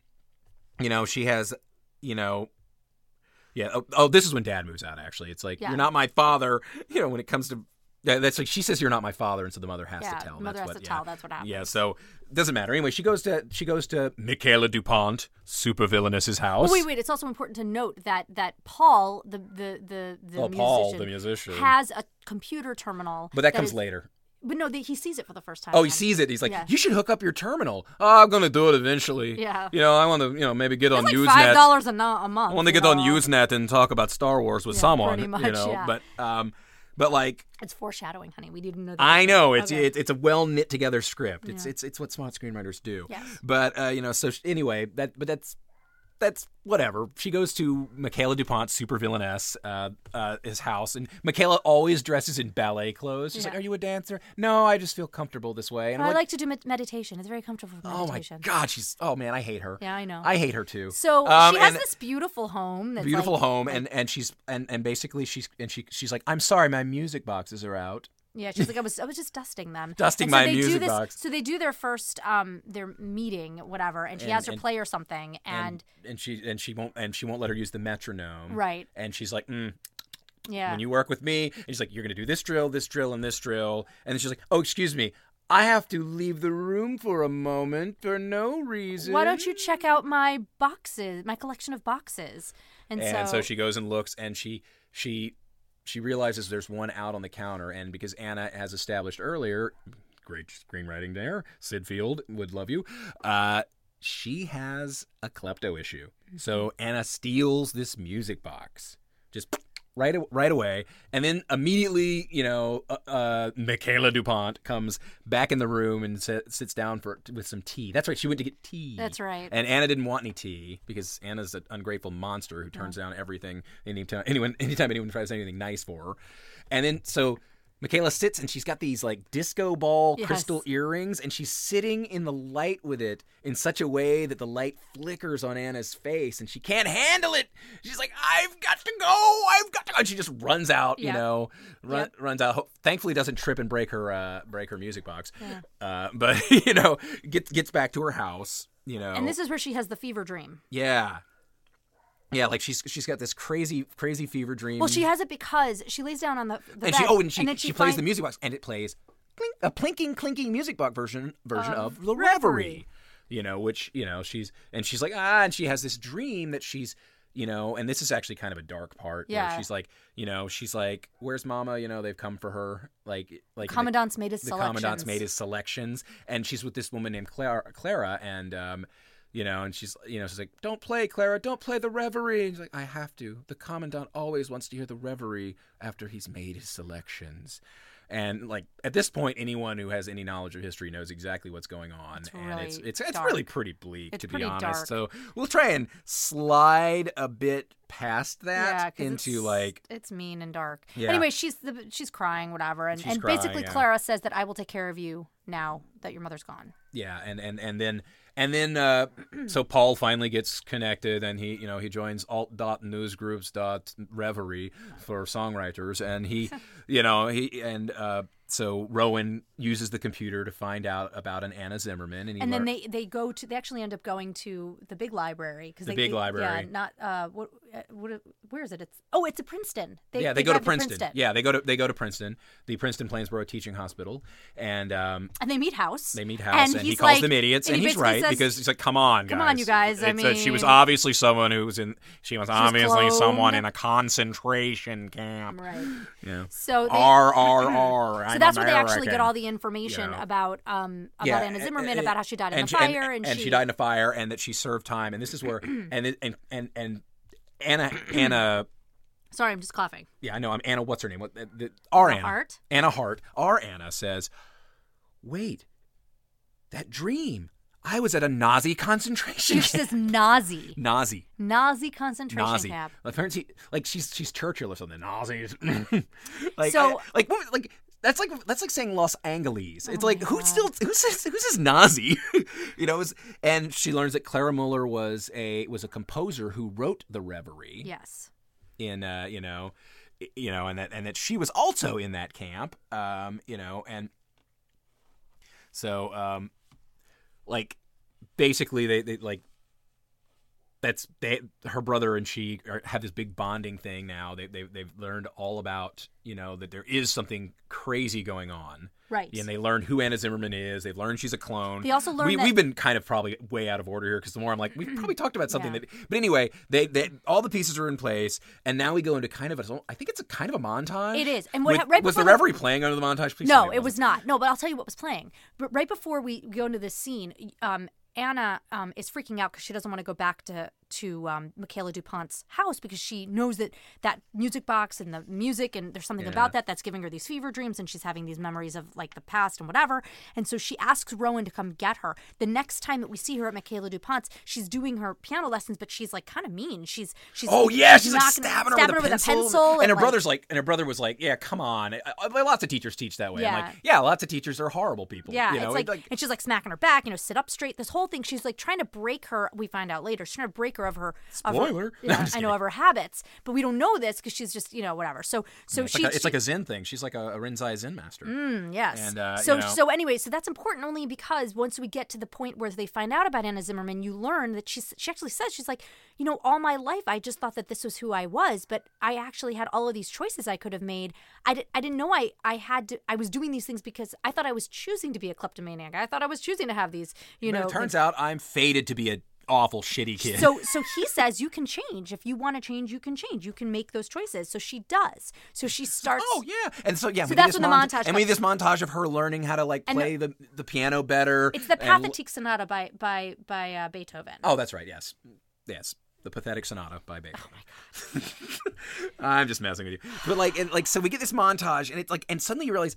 B: you know she has, you know, yeah. Oh, oh, this is when Dad moves out. Actually, it's like
A: Yeah.
B: you're not my father. You know, when it comes to Yeah, that's like she says you're not my father, and so the mother has
A: yeah,
B: to tell.
A: the mother
B: that's
A: has to
B: what, yeah.
A: tell. That's what happened.
B: Yeah, so doesn't matter. Anyway, she goes to she goes to Michaela Dupont, super villainess's house.
A: Oh, wait, wait. It's also important to note that that Paul, the the the, the,
B: Oh,
A: musician,
B: Paul, the musician.
A: has a computer terminal.
B: But that, comes
A: is-
B: later.
A: But no, the, he sees it for the first time.
B: Oh, he
A: then.
B: sees it. He's like,
A: Yeah.
B: "You should hook up your terminal." Oh, I'm gonna do it eventually.
A: Yeah.
B: You know, I want to, you know, maybe get on
A: It's like
B: Usenet.
A: five dollars a, no- a month.
B: I want to
A: you
B: get on
A: know?
B: Usenet and talk about Star Wars with
A: Yeah,
B: someone.
A: pretty
B: you
A: much,
B: know,
A: yeah.
B: but um, but like
A: It's foreshadowing, honey. We didn't know that.
B: I know it's
A: Okay.
B: it, it's a well knit together script. It's it's it's what smart screenwriters do.
A: Yes.
B: But uh, you know, so sh- anyway, that but that's that's whatever. She goes to Michaela DuPont, super villainess, uh, uh, his house, and Michaela always dresses in ballet clothes. She's like,
A: Yeah.
B: "Are you a dancer? No, I just feel comfortable this way." And
A: I
B: I'm
A: like to do med- meditation. It's very comfortable for
B: "Oh my
A: meditation.
B: god, she's oh man, I hate her.
A: Yeah, I know.
B: I hate her too."
A: So
B: Um,
A: she has
B: and-
A: this beautiful home. That's
B: beautiful
A: like-
B: home and and she's and and basically she's and she she's like i'm sorry my music boxes are out
A: Yeah, she's like I was. I was just dusting them.
B: Dusting
A: And so
B: my
A: they do
B: music
A: this,
B: box.
A: So they do their first, um, their meeting, whatever, and she
B: And-
A: has her
B: and-
A: play or something, and,
B: and she and she won't and she won't let her use the metronome
A: Right.
B: and she's like mm,
A: yeah,
B: when you work with me and she's like you're gonna do this drill this drill and this drill and then she's like oh excuse me i have to leave the room for a moment for no reason
A: why don't you check out my boxes, my collection of boxes? And,
B: and so, she goes and looks and she she she realizes there's one out on the counter and because anna has established earlier great screenwriting there sid field would love you uh she has a klepto issue so anna steals this music box just right a- right away and then immediately you know uh, uh michaela dupont comes back in the room and si- sits down for with some tea that's right she went to get tea
A: That's right.
B: and Anna didn't want any tea because Anna's an ungrateful monster who turns down everything anytime anyone anytime anyone tries anything nice for her. And then so Michaela sits and she's got these like disco ball
A: Yes.
B: crystal earrings and she's sitting in the light with it in such a way that the light flickers on Anna's face and she can't handle it. She's like, I've got to go, I've got to go and she just runs out, you
A: Yeah.
B: know. Run, runs out. Ho- Thankfully doesn't trip and break her uh, break her music box. Uh, but you know, gets gets back to her house. You know,
A: and this is where she has the fever dream.
B: yeah. Yeah, like she's she's got this crazy crazy fever dream.
A: Well, she has it because she lays down on the, the
B: Mm. and
A: bed,
B: she oh and she
A: then
B: she, plays
A: find-
B: the music box and it plays clink, a plinking clinking music box version version
A: Of
B: of, the
A: Reverie.
B: reverie. You know, which you know she's and she's like ah and she has this dream that she's you know and this is actually kind of a dark part
A: Yeah.
B: where she's like you know she's like where's mama you know they've come for her like like in the-
A: Commandant's made his
B: the commandant's
A: selections.
B: made his selections, and she's with this woman named Clara, Clara and um, you know, and she's, you know, she's like, "Don't play, Clara. Don't play the reverie." And she's like, "I have to. The commandant always wants to hear the reverie after he's made his selections." And like at this point, anyone who has any knowledge of history knows exactly what's going on,
A: It's
B: and it's
A: really
B: it's it's
A: dark.
B: really pretty bleak
A: It's
B: to
A: pretty
B: be honest.
A: dark.
B: So we'll try and slide a bit past
A: Yeah,
B: that
A: 'cause
B: into
A: it's-
B: like
A: it's mean and dark.
B: Yeah.
A: Anyway, she's the, she's crying, whatever, and,
B: She's
A: and
B: crying,
A: basically
B: yeah.
A: Clara says that I will take care of you now that your mother's gone.
B: yeah and and and then and then uh, so paul finally gets connected and he you know he joins alt dot newsgroups dot reverie for songwriters and he you know he and uh, so rowan uses the computer to find out about an anna zimmerman and, he
A: and then
B: lear-
A: they they go to they actually end up going to the big library because
B: The
A: they,
B: big
A: they-
B: library.
A: yeah not uh what, uh, what where is it it's oh it's a Princeton they,
B: yeah, they, go to
A: drive
B: Princeton. Yeah, they go to they go to Princeton, the Princeton Plainsboro Teaching Hospital, and um,
A: and they meet House
B: They meet House, and, he
A: he's
B: calls
A: like-
B: them idiots, and,
A: he
B: he's
A: basically
B: right
A: says-
B: because he's like, "Come on, guys!
A: "Come on, you guys, I
B: It's a- she was
A: mean-
B: obviously someone who was in. She was obviously
A: cloned.
B: someone in a concentration camp.
A: right
B: Yeah.
A: so they,
B: R R R.
A: so that's where they actually get all the information
B: Yeah.
A: about um about Anna Zimmerman
B: and-
A: about how she died in
B: and
A: the
B: she-
A: fire
B: and, and she died in a fire, and that she served time, and this is where and it- and and and Anna Anna.
A: sorry I'm just coughing
B: Yeah, I know. I'm Anna. What's her name? What the, the, our
A: Anna
B: Anna
A: Hart?
B: Anna Hart. Our Anna says, "Wait, that dream. I was at a Nazi concentration
A: she
B: camp.
A: says Nazi
B: Nazi,
A: Nazi concentration
B: Nazi.
A: camp
B: Apparently, like she's she's Churchill or something. Nazis. like
A: So-
B: I- like what, like that's like that's like saying Los Angeles. It's like
A: Oh my
B: who
A: God.
B: still who says who says Nazi? you know. It's, and she learns that Clara Muller was a was a composer who wrote the Reverie
A: yes
B: in uh, you know i- you know and that and that she was also in that camp um, you know and so um, like basically they, they like that's they her brother and she are, have this big bonding thing now. They they they've learned all about you know that there is something crazy going on.
A: Right.
B: And they learn who Anna Zimmerman is. They've learned she's a clone.
A: They also learn
B: we,
A: that-
B: we've been kind of probably way out of order here because the more I'm like, we've probably talked about something
C: Yeah.
B: that. But anyway, they, they all the pieces are in place, and now we go into kind of a. I think it's a kind of a montage.
A: It is. And what
B: With-
A: ha- right
B: was the
A: before the-
B: reverie playing under the montage? Please tell
A: No,
B: me
A: it was not. No, but I'll tell you what was playing. But right before we go into this scene, um, Anna um, is freaking out because she doesn't want to go back to to um, Michaela Dupont's house because she knows that that music box and the music and there's something about that that's giving her these fever dreams and she's having these memories of like the past and whatever. And so she asks Rowan to come get her. The next time that we see her at Michaela Dupont's, she's doing her piano lessons, but she's like kind of mean. She's she's
B: Oh yeah, she's like
A: knocking-
B: stabbing her, with, a pencil. and, her
A: like-
B: brother's like, and her brother was like, "Yeah, come on." I, I, lots of teachers teach that way. I'm
A: Yeah.
B: like, yeah, lots of teachers are horrible people.
A: Yeah,
B: you know,
A: it's like, and she's like smacking her back, you know, sit up straight. This whole thing, she's like trying to break her. We find out later, she's trying to break her of her of her-
B: Spoiler. No,
A: yeah,
B: I'm just
A: I know of her habits, but we don't know this because she's just you know whatever. So so
B: it's,
A: she,
B: like a, it's
A: she- Mm,
B: like a Zen thing. She's like a, a Rinzai Zen master.
A: yes.
B: and, uh,
A: so
B: you know-
A: so anyway, so that's important only because once we get to the point where they find out about Anna Zimmerman, you learn that she's she actually says she's like you know all my life I just thought that this was who I was, but I actually had all of these choices I could have made. I, di- I didn't know I I had to I was doing these things because I thought I was choosing to be a kleptomaniac. I thought I was choosing to have these you
B: But
A: know
B: it
A: things."
B: turns out I'm fated to be an awful, shitty kid.
A: So so he says you can change. If you want to change, you can change. You can make those choices. So she does. So she starts
B: Oh yeah, and so yeah.
A: So
B: we
A: that's
B: need this
A: when the
B: mon-
A: montage
B: and we need
A: comes.
B: this montage of her learning how to like
A: And
B: play the the piano better.
A: It's the
B: and-
A: Pathetique Sonata by by by uh, Beethoven.
B: Oh, that's right. Yes, yes. The Pathetic Sonata by Beethoven. Oh my god. I'm just messing with you, but like, and like, so we get this montage, and it's like, and suddenly you realize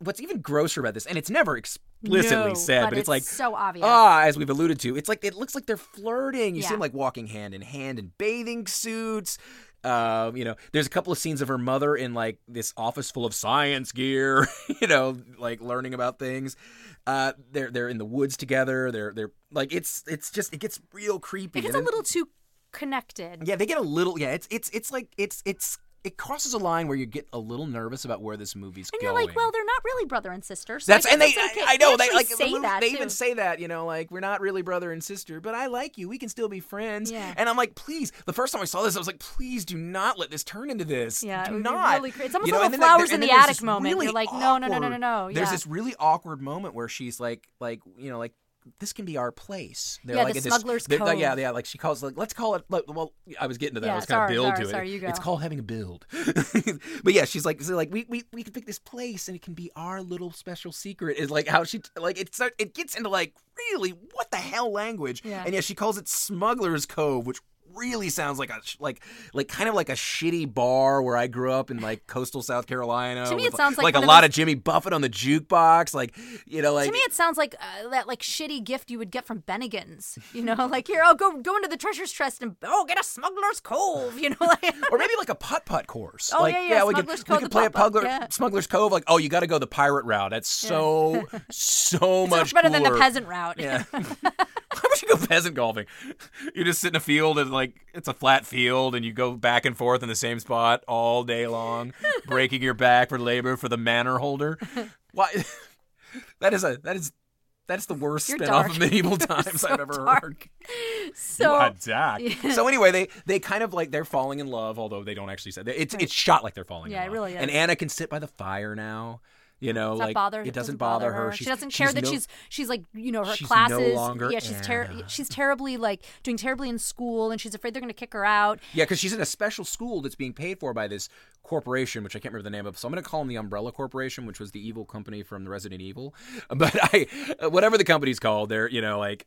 B: what's even grosser about this, and it's never explicitly
A: No,
B: said,
A: but
B: but,
A: it's
B: like
A: so obvious.
B: Ah, as we've alluded to, it's like it looks like they're flirting. You see
A: Yeah.
B: them like walking hand in hand in bathing suits. Um, you know, there's a couple of scenes of her mother in like this office full of science gear. You know, like learning about things. Uh, they're they're in the woods together. They're they're like it's it's just it gets real creepy.
A: It gets a
B: And then-
A: little too connected.
B: yeah, they get a little. Yeah, it's it's it's like it's it's it crosses a line where you get a little nervous about where this movie's
A: And you're
B: going.
A: like, well, they're not really brother and sister. So I
B: That's
A: guess
B: and they.
A: it's okay.
B: I, I know they
A: actually
B: like
A: say
B: they
A: that. too.
B: even say that. You know, like we're not really brother and sister, but I like you. We can still be friends.
A: Yeah.
B: And I'm like, please. The first time I saw this, I was like, please do not let this turn into this.
A: Yeah, it
B: do
A: would be
B: not.
A: really cra- it's almost
B: You know,
A: like a
B: and then, like,
A: Flowers
B: there-
A: in
B: and
A: the
B: then there's
A: Attic
B: this
A: moment. You're
B: really
A: like, no, no, no, no, no,
B: awkward-
A: no,
B: There's
A: yeah.
B: this really awkward moment where she's like, like you know, like. This can be our place. They're
A: Yeah,
B: like
A: the
B: at this-
A: Smuggler's
B: they're- like, Yeah,
A: Cove.
B: yeah. Like she calls, like let's call it. Like, well, I was getting to that.
A: Yeah,
B: I was kind
A: sorry,
B: of build
A: sorry,
B: to it.
A: sorry, you
B: It's
A: go.
B: called having a build. but yeah, she's like, so like we, we we can pick this place and it can be our little special secret. Is like how she like it start, it gets into like really what the hell language.
A: Yeah.
B: And yeah, she calls it Smuggler's Cove, which really sounds like a sh- like like kind of like a shitty bar where I grew up in like coastal South Carolina.
A: To me,
B: with,
A: it sounds like
B: a
A: one of
B: lot
A: those-
B: of Jimmy Buffett on the jukebox. Like you know, like
A: to me, it sounds like uh, that like shitty gift you would get from Bennigan's. You know, like here, I'll go go into the treasure's chest and oh, get a smuggler's cove. You know, like
B: or maybe like a putt putt course.
A: Oh,
B: like,
A: yeah, yeah,
B: we could,
A: Smuggler's
B: we
A: Cove,
B: could
A: the
B: play
A: putt-putt,
B: a Pugler,
A: yeah.
B: Smuggler's Cove. Like, oh, you got to go the pirate route. That's so so much
A: much better than the
B: cooler.
A: peasant route.
B: Yeah. Why would you go peasant golfing? You just sit in a field and like it's a flat field, and you go back and forth in the same spot all day long, breaking your back for labor for the manor holder. Why? that is a that is that's the worst
A: You're
B: spinoff of
A: dark.
B: medieval times
A: so
B: I've ever
A: dark.
B: heard.
A: So
B: So anyway, they they kind of like they're falling in love, although they don't actually say it's it's shot like they're falling.
A: Yeah,
B: in
A: it
B: love.
A: really is.
B: And Anna can sit by the fire now. You know,
A: does
B: like
A: that bother,
B: it doesn't bother her.
A: She
B: She's-
A: doesn't care
B: she's
A: that
B: no-
A: she's she's like you know her
B: she's no
A: classes.
B: longer
A: yeah, she's ter-
B: Anna.
A: she's terribly like doing terribly in school, and she's afraid they're going to kick her out.
B: yeah, because she's in a special school that's being paid for by this corporation, which I can't remember the name of. So I'm going to call them the Umbrella Corporation, which was the evil company from the Resident Evil. But I, whatever the company's called, they're you know like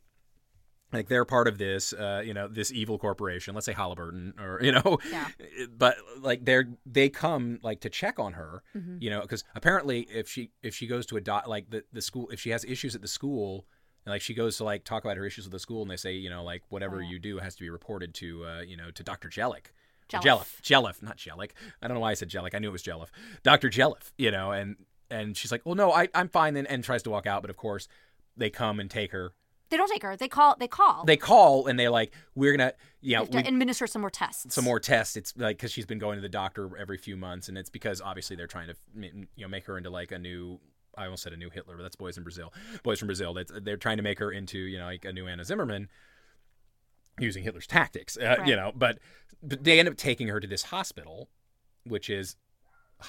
B: like they're part of this uh, you know this evil corporation let's say halliburton or you know
A: Yeah.
B: but like they're they come like to check on her you know because apparently if she if she goes to a dot like the, the school if she has issues at the school and like she goes to like talk about her issues with the school and they say you know like whatever you do has to be reported to uh, you know to dr jellick
A: Jelliffe.
B: Jelliff, Jelliff, not Jellick. I don't know why I said Jellick. I knew it was Jelliff. Dr. Jelliff, you know, and and she's like, "Well, no, I, I'm fine." Then and tries to walk out, but of course, they come and take her
A: They don't take her. They call. They call.
B: they call and they like we're gonna you
A: They
B: know
A: have to
B: we,
A: administer some more tests.
B: some more tests it's like because she's been going to the doctor every few months and it's because obviously they're trying to m- you know make her into like a new i almost said a new hitler but that's boys in brazil boys from brazil that's, they're trying to make her into you know like a new anna zimmerman using Hitler's tactics, uh, you know. But, but they end up taking her to this hospital, which is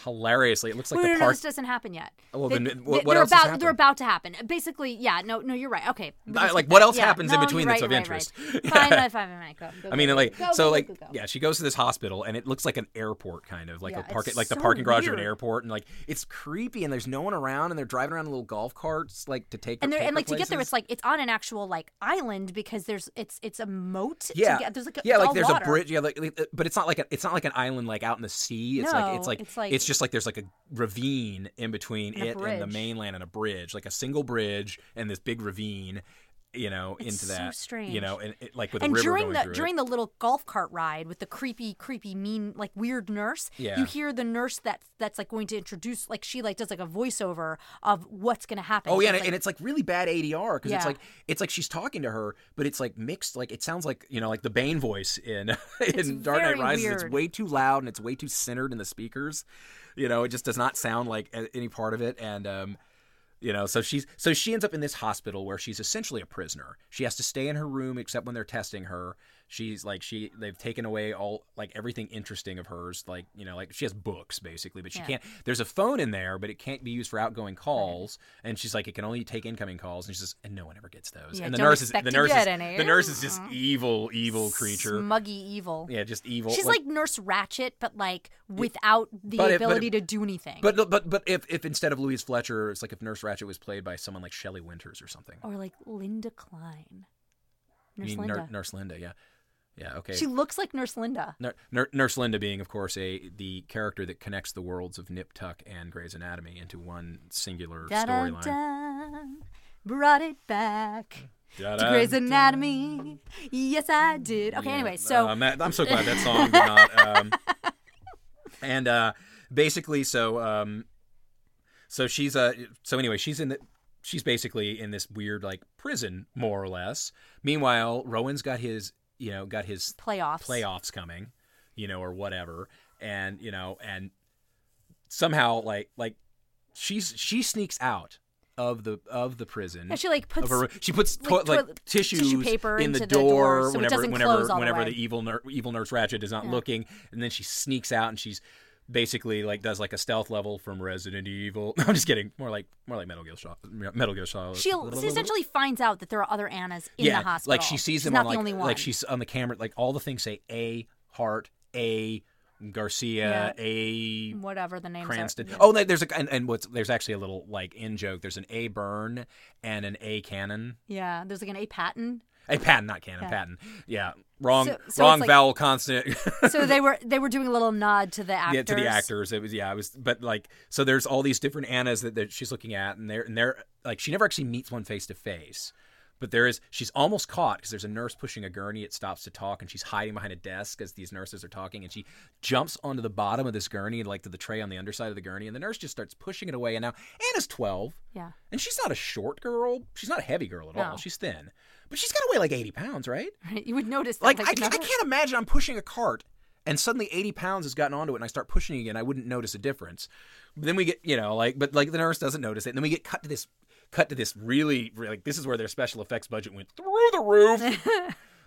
B: hilariously it looks like
A: Wait,
B: the
A: no, no,
B: park. Oh,
A: this doesn't happen yet.
B: Well,
A: They-
B: then what-
A: they-
B: what
A: they're
B: else has
A: about they're
B: happened?
A: about to happen. Basically, yeah. No, no, you're right. Okay. we can
B: I- like
A: skip
B: what
A: that.
B: else
A: Yeah,
B: happens in
A: no,
B: between
A: you're
B: that's
A: right,
B: of
A: right,
B: interest?
A: Right. Fine, fine, fine, fine. Go, go,
B: I mean,
A: go,
B: like
A: go,
B: so,
A: go,
B: like
A: go, go, go.
B: yeah, she goes to this hospital, and it looks like an airport, kind of like
D: Yeah,
B: a park,
D: it's
B: like the
D: so
B: parking garage of an
D: weird.
B: airport, and like it's creepy, and there's no one around, and they're driving around in little golf carts, like to take her-
A: and there
B: take
A: and
B: her
A: like to get there,
B: places.
A: it's like it's on an actual like island because there's it's it's a moat.
B: yeah,
A: To get, there's like a,
B: yeah,
A: it's
B: like
A: all
B: there's
A: water.
B: a bridge, yeah, like, like, uh, but it's not like a, it's not like an island like out in the sea. It's like it's
A: No,
B: like
A: it's like-
B: it's just like there's like a ravine in between
A: And a
B: it and the
A: bridge.
B: mainland, and a bridge, like a single bridge and this big ravine, you know,
A: It's
B: into
A: so
B: that, you
A: strange.
B: know, and it, like with a
A: And
B: river
A: during
B: going
A: the
B: through it.
A: during the little golf cart ride with the creepy, creepy, mean, like weird nurse,
B: Yeah.
A: you hear the nurse that's that's like going to introduce, like she like does like a voiceover of what's going to happen.
B: Oh
A: So
B: yeah, and,
A: it's, like,
B: and it's like really bad ADR because it's
A: Yeah.
B: like it's like she's talking to her, but it's like mixed. Like it sounds like you know, like the Bane voice in in Dark Knight
A: very
B: Rises. It's
A: weird.
B: way too loud and it's way too centered in the speakers. You know, it just does not sound like a- any part of it. And um, you know, so she's so she ends up in this hospital where she's essentially a prisoner. She has to stay in her room except when they're testing her. She's like she they've taken away all like everything interesting of hers. Like you know, like she has books basically, but she can't. There's a phone in there, but it can't be used for outgoing calls. And she's like, it can only take incoming calls. And she says, and no one ever gets those.
A: Yeah,
B: and the
A: don't
B: nurse is
A: expect
B: the
A: to
B: nurse is
A: get any. Mm-hmm.
B: the nurse is just evil, evil creature.
A: smuggy evil.
B: yeah, just evil.
A: She's like, Nurse Ratchet, but like without the
B: but it- but
A: ability
B: it-
A: to do anything.
B: But but but if, if instead of Louise Fletcher, it's like if Nurse Ratchet was played by someone like Shelley Winters or something.
A: or like Linda Klein,
B: You
A: Nurse
B: mean Nur-
A: Linda.
B: Nurse Linda, yeah, yeah, okay.
A: She looks like Nurse Linda.
B: Nur- Nur- Nurse Linda being, of course, a the character that connects the worlds of Nip Tuck and Grey's Anatomy into one singular
A: Da da
B: storyline.
A: da, brought it back to
B: Da-da.
A: Grey's Anatomy. Yes, I did. Okay,
B: Yeah.
A: anyway, so
B: Um, that- I'm so glad that song did not. Um, and uh, basically, so um, so she's uh, so anyway, she's in the. She's basically in this weird like prison, more or less. Meanwhile, Rowan's got his, you know, got his
A: playoffs.
B: playoffs coming, you know, or whatever, and you know, and somehow like like she's she sneaks out of the of the prison.
A: And she like
B: of
A: puts
B: her room. she puts
A: like,
B: toi- like,
A: toilet-
B: tissues
A: tissue paper
B: in the
A: into the door so it
B: whenever
A: doesn't
B: whenever
A: close all the
B: whenever
A: way.
B: the evil ner- evil nurse Ratchet is not looking, and then she sneaks out and she's basically like does like a stealth level from Resident Evil. I'm just kidding, more like more like Metal Gear Solid. Metal Gear Solid.
A: she, she essentially finds out that there are other Annas in
B: yeah,
A: the hospital.
B: Like she sees
A: She's
B: them
A: not
B: on
A: the
B: like,
A: only one.
B: like she's on the camera. Like all the things say A Hart, A Garcia, A
A: whatever the names
B: Cranston.
A: are.
B: Oh, there- there's a and, and what's there's actually a little like in joke. There's an A Burn and an A Cannon.
A: Yeah, there's like an A Patton.
B: A Patton, not Cannon. Patton. Yeah, wrong,
A: So- so it's
B: wrong
A: like-
B: vowel consonant.
A: So they were they were doing a little nod to the actors.
B: Yeah, to the actors. It was yeah, it was but like so there's all these different Annas that, that she's looking at and they're and they're like she never actually meets one face to face. But there is she's almost caught because there's a nurse pushing a gurney, it stops to talk, and she's hiding behind a desk as these nurses are talking, and she jumps onto the bottom of this gurney, like to the tray on the underside of the gurney, and the nurse just starts pushing it away. And now Anna's twelve.
A: Yeah.
B: And she's not a short girl. She's not a heavy girl at all.
A: No.
B: She's thin. But she's gotta weigh like eighty pounds, right?
A: Right? You would notice that.
B: Like, I, ca- I
A: another-
B: can't imagine I'm pushing a cart and suddenly 80 pounds has gotten onto it and I start pushing again. I wouldn't notice a difference. Then we get, you know, like, but like the nurse doesn't notice it. And then we get cut to this, cut to this really, really like, this is where their special effects budget went through the roof.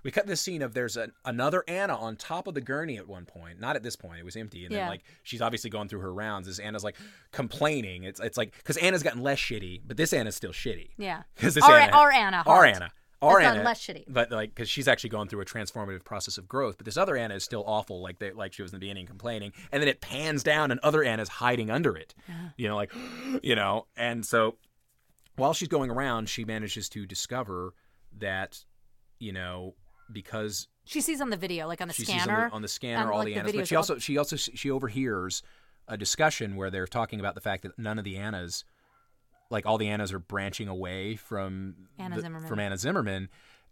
B: we cut this scene of there's an, another Anna on top of the gurney at one point. Not at this point, it was empty. And then
A: Yeah.
B: like, she's obviously going through her rounds as Anna's like complaining. It's, it's like, cause Anna's gotten less shitty, but this Anna's still shitty.
A: Yeah.
B: Cause this
A: Our-
B: Anna,
A: our Anna
B: our
A: Hart.
B: Anna, our
A: That's not
B: Anna,
A: less shitty.
B: but like because she's actually gone through a transformative process of growth. But this other Anna is still awful, like they, like she was in the beginning, complaining, and then it pans down, and other Anna's hiding under it, you know, like you know, and so while she's going around, she manages to discover that you know because
A: She sees on the video, like on the
B: she
A: scanner.
B: sees on the, on the scanner
A: and,
B: all
A: like,
B: the
A: the
B: Annas, but
A: videos
B: she
A: all-
B: also she also she overhears a discussion where they're talking about the fact that none of the Annas, like all the Annas, are branching away from
A: Anna
B: the-
A: Zimmerman.
B: from Anna Zimmerman,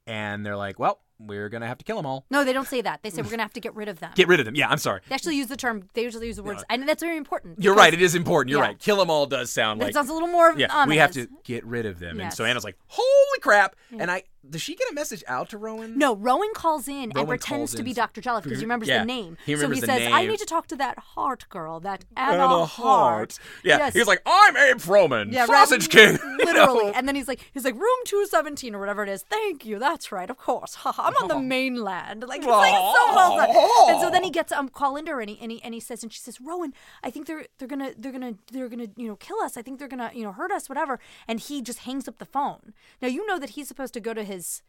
B: and they're like, well, we're gonna have to kill them all.
A: No, they don't say that. They say we're gonna have to get rid of them.
B: Mm. Get rid of them. Yeah, I'm sorry.
A: they actually use the term. They usually use the words, and that's very important.
B: You're right. It is important. You're
A: Yeah.
B: right. Kill them all does sound
A: That
B: like
A: sounds a little more.
B: yeah.
A: ominous.
B: We have to get rid of them. And so
A: Yes.
B: Anna's like, holy crap! And I does she get a message out to Rowan?
A: No, Rowan calls in
B: Rowan
A: and pretends
B: calls
A: to
B: in. Mm-hmm.
A: be Dr. Jolliffe because he remembers
B: Yeah,
A: the name.
B: he remembers
A: so
B: the
A: he says, "I
B: name.
A: need to talk to that heart girl, that
B: And
A: Anna,
B: a heart. Yeah, he was like, "I'm Abe Froman,
A: Yeah, right.
B: Sausage King." You know?
A: literally. And then he's like, he's like, room two seventeen or whatever it is. Thank you. That's right. Of course. Ha ha I'm on the mainland. Like it's, like, it's so well done. And so then he gets um call into her and he, and he and he says and she says Rowan, I think they're they're gonna they're gonna they're gonna you know kill us. I think they're gonna you know hurt us whatever. And he just hangs up the phone. Now you know that he's supposed to go to his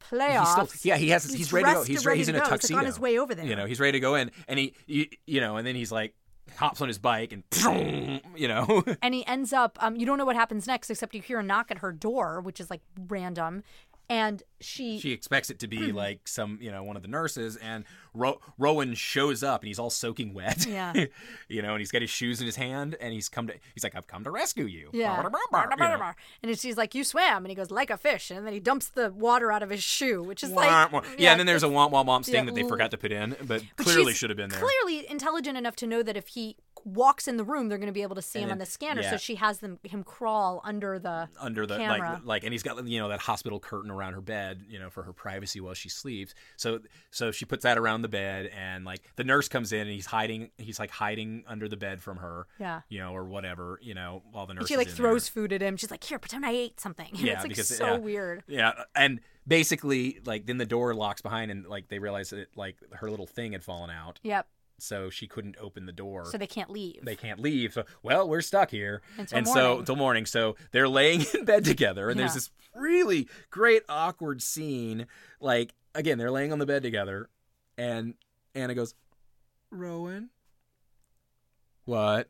A: playoffs.
B: He's still, yeah, he has. He's, ready to go.
A: dressed
B: He's
A: and ready
B: he's in
A: to
B: a
A: go. It's, like,
B: tuxedo
A: on his way over there.
B: You know, he's ready to go in, and he, you, you know, and then he's like hops on his bike and, you know,
A: and he ends up um, you don't know what happens next except you hear a knock at her door which is like random and she,
B: she expects it to be like some, you know, one of the nurses, and Ro- Rowan shows up, and he's all soaking wet.
A: Yeah.
B: you know, and he's got his shoes in his hand, and he's come to. He's like, I've come to rescue you.
A: yeah
B: You know.
A: and she's like you swam and he goes like a fish and then he dumps the water out of his shoe which is like
B: Wah, wah. yeah, and then there's a womp womp womp sting
A: yeah,
B: that they
A: l-
B: forgot to put in, but
A: but
B: clearly
A: she's
B: should have been there.
A: clearly intelligent enough to know that if he walks in the room they're going to be able to see him
B: then-
A: on the scanner
B: yeah.
A: so she has them him crawl under the
B: under the
A: camera.
B: like like and he's got you know that hospital curtain around her bed you know for her privacy while she sleeps so so she puts that around the bed and like the nurse comes in and he's hiding he's like hiding under the bed from her
A: Yeah.
B: you know or whatever you know while the nurse
A: and she
B: is
A: like
B: in
A: throws food at him she's like here pretend i ate something and
B: Yeah,
A: it's like
B: because-
A: so
B: yeah.
A: weird
B: there. yeah and basically like then the door locks behind and like they realize that like her little thing had fallen out
A: yep
B: so she couldn't open the door
A: so they can't leave
B: they can't leave. So, well, we're stuck here.
A: Until
B: and so
A: morning.
B: until morning. So they're laying in bed together, and there's
A: Yeah.
B: this really great awkward scene. Like again, they're laying on the bed together, and Anna goes, "Rowan, what?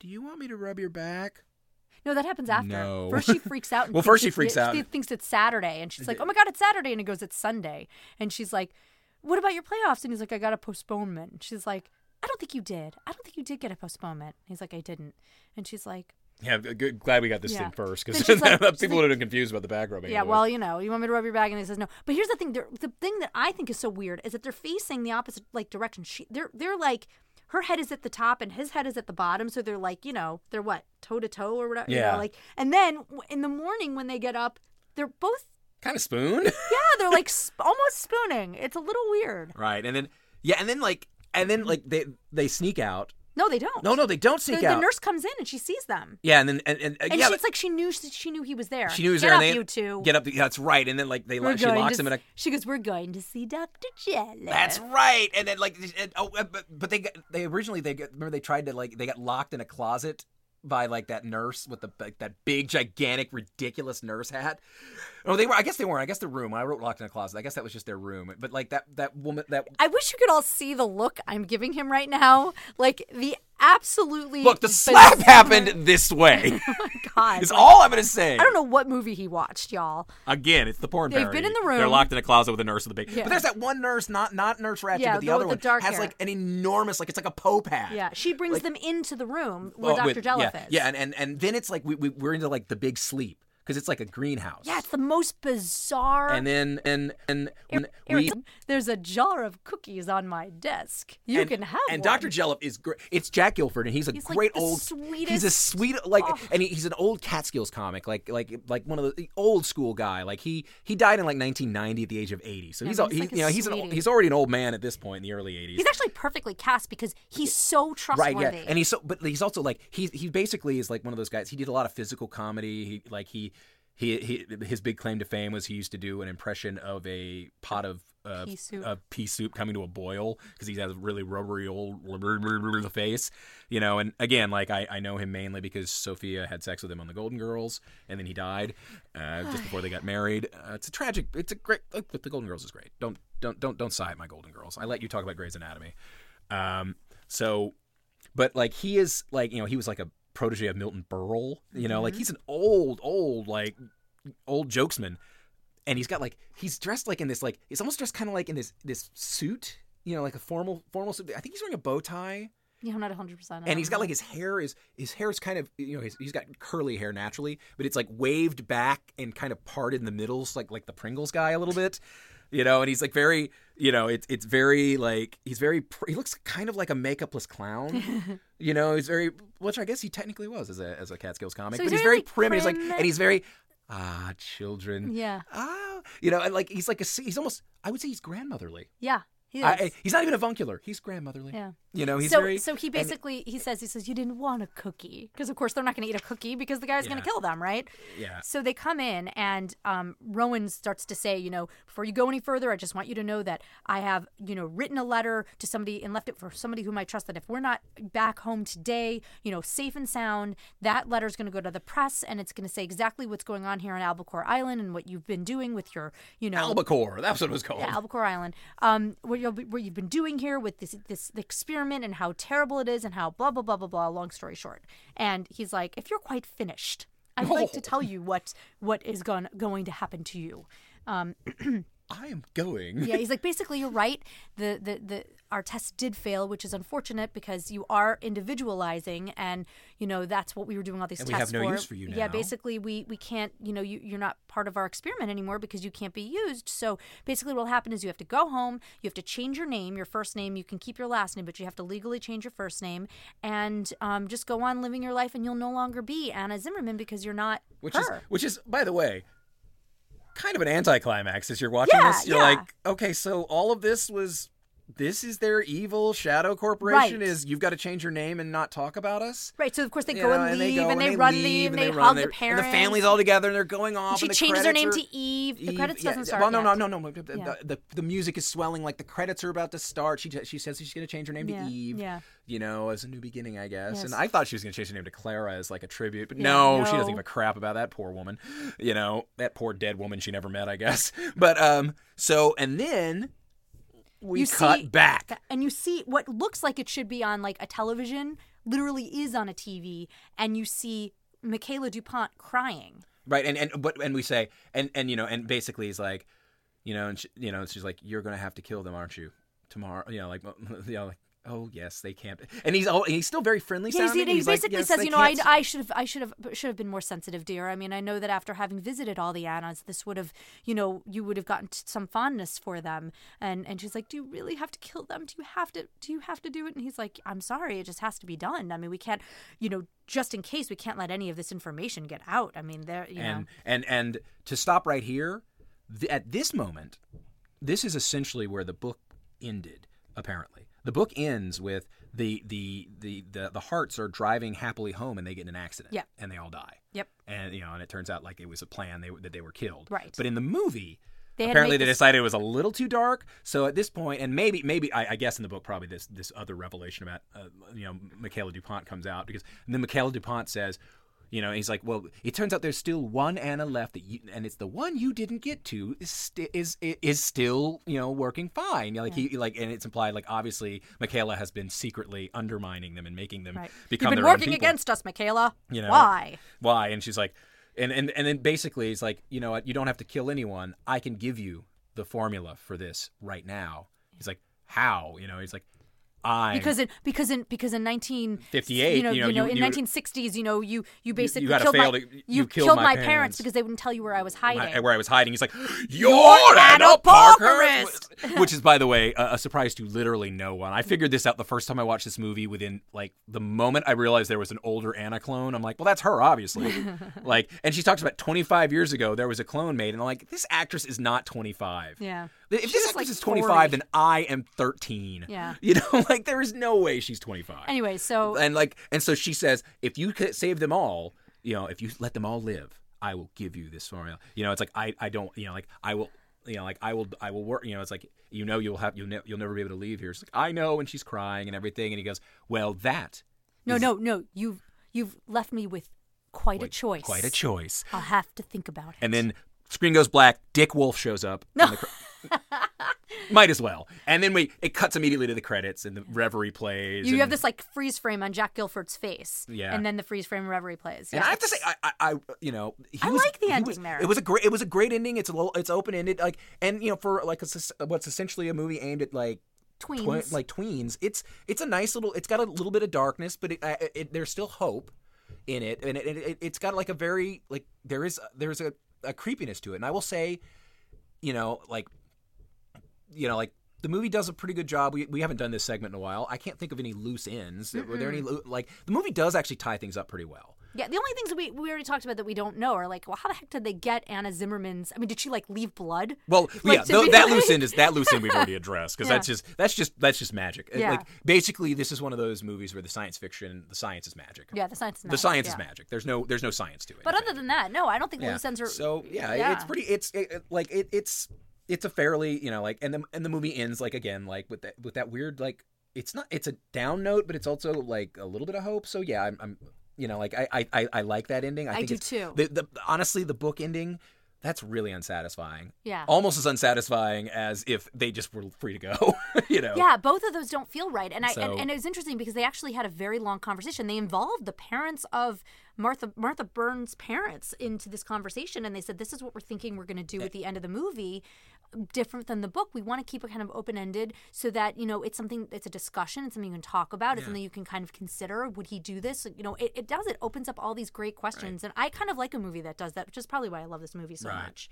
B: Do you want me to rub your back?"
A: No, that happens after.
B: No.
A: First she freaks out. And
B: Well,
A: thinks
B: first she
A: it's-
B: freaks out.
A: She thinks it's Saturday, and she's like, "Oh my god, it's Saturday!" And he goes, "It's Sunday." And she's like, "What about your playoffs?" And he's like, "I got a postponement." And she's like, "I don't think you did. I don't think you did get a postponement." And he's like, "I didn't." And she's like,
B: Yeah, good, glad we got this
A: Yeah.
B: in first
A: Then
B: because
A: she's like- she's
B: people
A: like-
B: would have been confused about the back rubbing.
A: "Yeah,
B: anyway.
A: well, you know, you want me to rub your back?" And he says, "No." But here's the thing: they're- the thing that I think is so weird is that they're facing the opposite like direction. She, they're they're like. Her head is at the top and his head is at the bottom, so they're like, you know, they're what toe to toe or whatever. you know,
B: Yeah.
A: like, and then w- in the morning when they get up, they're both
B: kind of spoon.
A: Yeah, they're like sp- almost spooning. It's a little weird.
B: right, and then yeah, and then like and then like they they sneak out.
A: No, they don't.
B: No, no, they don't
A: the,
B: sneak
A: the
B: out.
A: nurse comes in and she sees them,
B: yeah, and then and, and,
A: and
B: yeah,
A: she's like, she knew she, she knew he was there.
B: She knew he was
A: Get
B: there.
A: Up,
B: and they,
A: you two.
B: Get up. the- That's right. And then like they
A: We're
B: lo- she
A: going
B: locks
A: to
B: him in a.
A: s- She goes, "We're going to see Doctor Jello."
B: That's right. And then like and, oh, uh, but, but they got, they originally they got, remember they tried to like they got locked in a closet by like that nurse with the like, that big gigantic ridiculous nurse hat. Oh, they were. I guess they weren't. I guess the room. I wrote locked in a closet. I guess that was just their room. But like that that woman that
A: I wish you could all see the look I'm giving him right now. Like the absolutely
B: look the slap
A: bizarre-
B: happened this way.
A: Oh my God,
B: Is
A: Like,
B: all I'm gonna say.
A: I don't know what movie he watched, y'all.
B: Again, it's the porn
A: They've
B: parody.
A: been in the room.
B: They're locked in a closet with a nurse with a big.
A: Yeah.
B: But there's that one nurse, not not Nurse Ratchet,
A: Yeah,
B: but the,
A: the one
B: other
A: with
B: one
A: the dark
B: has
A: hair.
B: like an enormous, like it's like a Pope hat.
A: Yeah, she brings them into the room where
B: Oh, with-
A: Doctor Jello
B: yeah,
A: is.
B: yeah, and, and and then it's like we, we we're into like the big sleep because it's like a greenhouse.
A: yeah, it's the most bizarre.
B: And then and and when we
A: Eric, there's a jar of cookies on my desk. You
B: and,
A: can have
B: and
A: one.
B: Dr. Jellup is great. It's Jack Guilford, and he's a
A: He's, like,
B: great
A: the
B: old. He's a
A: sweetest-
B: sweet like,
A: Oh.
B: and he, he's an old Catskills comic, like like like one of the the old school guy. Like he he died in like 1990 at the age of 80, so he's
A: but
B: al-
A: he's
B: he's
A: like a
B: you know he's an
A: sweetie.
B: he's already an old man at this point in the early 80s.
A: He's actually perfectly cast because he's so
B: Right,
A: trustworthy.
B: yeah, and he's so, but he's also like he he basically is like one of those guys. He did a lot of physical comedy. He like he he, he his big claim to fame was he used to do an impression of a pot of uh,
A: Pea soup.
B: of pea soup coming to a boil because he has a really rubbery old the face, you know. And again, like I, I know him mainly because Sophia had sex with him on The Golden Girls, and then he died uh, just before they got married. Uh, it's a tragic. It's a great. Look, but The Golden Girls is great. Don't don't don't don't sigh at my Golden Girls. I let you talk about Grey's Anatomy. Um, so but like he is like you know he was like a protege of Milton Berle. You know, like he's an old, old like old jokesman, and he's got like he's dressed like in this like he's almost dressed kind of like in this this suit. You know, like a formal formal suit. I think he's wearing a bow tie,
A: yeah, I'm not 100. percent
B: and he's got like his hair is his hair is kind of you know he's, he's got curly hair naturally, but it's like waved back and kind of parted in the middle, so like like the Pringles guy a little bit. You know, and he's like very, you know, it's it's very like he's very pr- he looks kind of like a makeupless clown. You know, he's very, which I guess he technically was as a as a Catskills comic,
A: So
B: but
A: he's
B: he's
A: very,
B: very
A: like,
B: prim. He's like,
A: prim.
B: and he's very, ah, children,
A: yeah,
B: ah, you know, and like he's like a s- he's almost I would say he's grandmotherly.
A: yeah, He
B: I,
A: is.
B: I- he's not even avuncular. He's grandmotherly.
A: Yeah.
B: You know, he's
A: so,
B: very.
A: so he basically he says he says you didn't want a cookie because of course they're not going to eat a cookie because the guy's going
B: Yeah.
A: to kill them, right?
B: yeah.
A: So they come in, and um, Rowan starts to say, you know, before you go any further, I just want you to know that I have, you know, written a letter to somebody and left it for somebody whom I trust that if we're not back home today, you know, safe and sound, that letter's going to go to the press and it's going to say exactly what's going on here on Albacore Island and what you've been doing with your, you know,
B: Albacore. That's what it was called.
A: yeah, Albacore Island. Um, what you'll be, what you've been doing here with this this experiment and how terrible it is and how blah blah blah blah blah. Long story short, and he's like, if you're quite finished, I'd like to tell you what what is going going to happen to you. Um,
B: I am going.
A: yeah, he's like, basically, you're right. The, the the our test did fail, which is unfortunate because you are individualizing, and you know that's what we were doing all these
B: And we have
A: tests
B: no
A: for.
B: use for you
A: Yeah,
B: now.
A: basically, we we can't. You know, you you're not part of our experiment anymore because you can't be used. So basically, what'll happen is you have to go home. You have to change your name, your first name. You can keep your last name, but you have to legally change your first name and um, just go on living your life, and you'll no longer be Anna Zimmerman because you're not
B: Which
A: her.
B: is which is by the way, kind of an anticlimax as you're watching
A: Yeah,
B: this. You're
A: yeah.
B: like, okay, so all of this was this is their evil shadow corporation
A: Right.
B: is you've got to change your name and not talk about us.
A: Right, so of course they
B: You
A: go
B: know,
A: and leave,
B: go
A: and they, run,
B: leave,
A: leave, and they,
B: run,
A: hug
B: they-
A: the parents.
B: And the family's all together and they're going off.
A: She
B: and the
A: changes her name
B: credits are-
A: to Eve. The
B: Eve,
A: credits
B: yeah,
A: doesn't start.
B: Well, no,
A: yet.
B: no, no, no. The,
A: Yeah.
B: the, the music is swelling like the credits are about to start. She t- she says she's going to change her name
A: Yeah,
B: to Eve.
A: yeah.
B: You know, as a new beginning, I guess.
A: Yes.
B: And I thought she was going to change her name to Clara as like a tribute, but
A: Yeah,
B: no, she doesn't
A: no.
B: give a crap about that poor woman. You know, that poor dead woman she never met, I guess. But um, so and then we
A: You
B: cut
A: see-
B: back.
A: And you see what looks like it should be on like a television, literally is on a TV, and you see Michaela Dupont crying.
B: right and and but and we say and and you know and basically he's like you know and she, you know she's like you're gonna have to kill them aren't you tomorrow you know like you know like oh yes they can't and he's all and he's still very friendly
A: Yeah, you see,
B: sounding
A: he
B: he's like,
A: basically
B: yes,
A: says,
B: they
A: you know, I,
B: can't-
A: I should have, I should have, should have been more sensitive, dear. I mean, I know that after having visited all the Annas, this would have, you know, you would have gotten t- some fondness for them. And and she's like, do you really have to kill them? Do you have to, do you have to do it? And he's like, I'm sorry, it just has to be done. I mean, we can't, you know, just in case, we can't let any of this information get out. I mean, there, you know,
B: and and and to stop right here th- at this moment this is essentially where the book ended apparently the book ends with the the the the, the hearts are driving happily home and they get in an accident
A: Yeah.
B: and they all die
A: yep.
B: and you know, and it turns out like it was a plan they, that they were killed.
A: Right.
B: But in the movie,
A: They had
B: apparently
A: made
B: they
A: this-
B: decided it was a little too dark. So at this point, and maybe maybe I, I guess in the book probably this this other revelation about uh, you know Michaela Dupont comes out because and then Michaela Dupont says. You know, he's like, well, it turns out there's still one Anna left, that you, and it's the one you didn't get to is sti- is is still you know working fine. Like he like, and it's implied like obviously Michaela has been secretly undermining them and making them
A: Right.
B: become
A: You've been
B: their own
A: working
B: people
A: against us, Michaela.
B: you know
A: why?
B: why and she's like and and, and then basically it's like you know what you don't have to kill anyone i can give you the formula for this right now he's like how you know he's like i
A: Because in because in because in nineteen
B: 58,
A: you know,
B: you know,
A: you know
B: you-
A: in
B: you-
A: nineteen sixties, you know, you you basically
B: had a
A: killed my
B: failed- you
A: you
B: killed
A: killed
B: my
A: my parents.
B: parents.
A: because they wouldn't tell you where I was hiding.
B: my- where I was hiding, he's like, "You're Anna
A: Anna
B: Parker,"
A: Parkerist.
B: which is, by the way, a, a surprise to literally no one. I figured this out the first time I watched this movie. Within like the moment I realized there was an older Anna clone, I'm like, "Well, that's her, obviously." like, and she talks about 25 years ago there was a clone made, and I'm like, "This actress is not 25."
A: Yeah.
B: If
A: She
B: this
A: was,
B: actress
A: like,
B: is 25,
A: 40.
B: then I am 13.
A: Yeah.
B: You know, like there is no way she's 25
A: Anyway, so
B: and like and so she says if you could save them all you know if you let them all live i will give you this formula you know it's like i i don't you know like i will you know like i will i will work you know it's like you know you'll have you'll, ne- you'll never be able to leave here She's like i know and she's crying and everything and he goes well that
A: no, no, no, you've you've left me with quite a choice.
B: quite a choice
A: I'll have to think about it.
B: and then screen goes black dick wolf shows up no. might as well and then we it cuts immediately to the credits and the reverie plays
A: you
B: and,
A: have this like freeze frame on Jack Guilford's face.
B: Yeah.
A: And then the freeze frame reverie plays.
B: And
A: Yeah.
B: I have to say, I, I, I you know, he
A: I
B: was-
A: like the
B: he
A: ending
B: was-
A: there.
B: It was a great, it was a great ending. It's a little, it's open ended, like, and you know, for like a, s- what's essentially a movie aimed at like
A: Tweens.
B: twi- like tweens. It's it's a nice little. It's got a little bit of darkness, but it, uh, it there's still hope in it, and it, it it's got like a very like there is there's a, a creepiness to it. And I will say, you know, like you know, like the movie does a pretty good job. We, we haven't done this segment in a while. I can't think of any loose ends. Were there any loo- like the movie does actually tie things up pretty well.
A: Yeah, the only things that we, we already talked about that we don't know are like, well, how the heck did they get Anna Zimmerman's? I mean, did she like leave blood?
B: Well,
A: Like,
B: yeah,
A: to
B: tho-
A: be
B: that
A: like-
B: loose end is that loose end we've already addressed because that's just that's just that's just magic. It-
A: Yeah.
B: Like basically, this is one of those movies where the science fiction, the science is magic.
A: Yeah, the science. Is
B: the
A: magic,
B: science
A: yeah.
B: is magic. There's no there's no science to it.
A: But other than that, no, I don't think
B: yeah.
A: loose ends are.
B: so yeah, it- it's
A: yeah.
B: pretty. It's it, it- like it, it's it's a fairly you know like and the and the movie ends like again like with that with that weird like it's not it's a down note but it's also like a little bit of hope. So yeah, I'm, I'm you know like I, I I I like that ending. I,
A: I
B: think
A: do
B: it's-
A: too.
B: The, the honestly the book ending. That's really unsatisfying.
A: yeah.
B: Almost as unsatisfying as if they just were free to go, you know.
A: Yeah, both of those don't feel right, and I
B: So-
A: and, and it was interesting because they actually had a very long conversation. They involved the parents of Martha Martha Burns' parents into this conversation, and they said, "This is what we're thinking we're going to do at the end of the movie." Different than the book, we want to keep it kind of open ended so that you know it's something. It's a discussion. It's something you can talk about. It's something you can kind of consider. Would he do this? You know, it, it does. It opens up all these great questions, and I kind of like a movie that does that, which is probably why I love this movie so
B: Right.
A: much.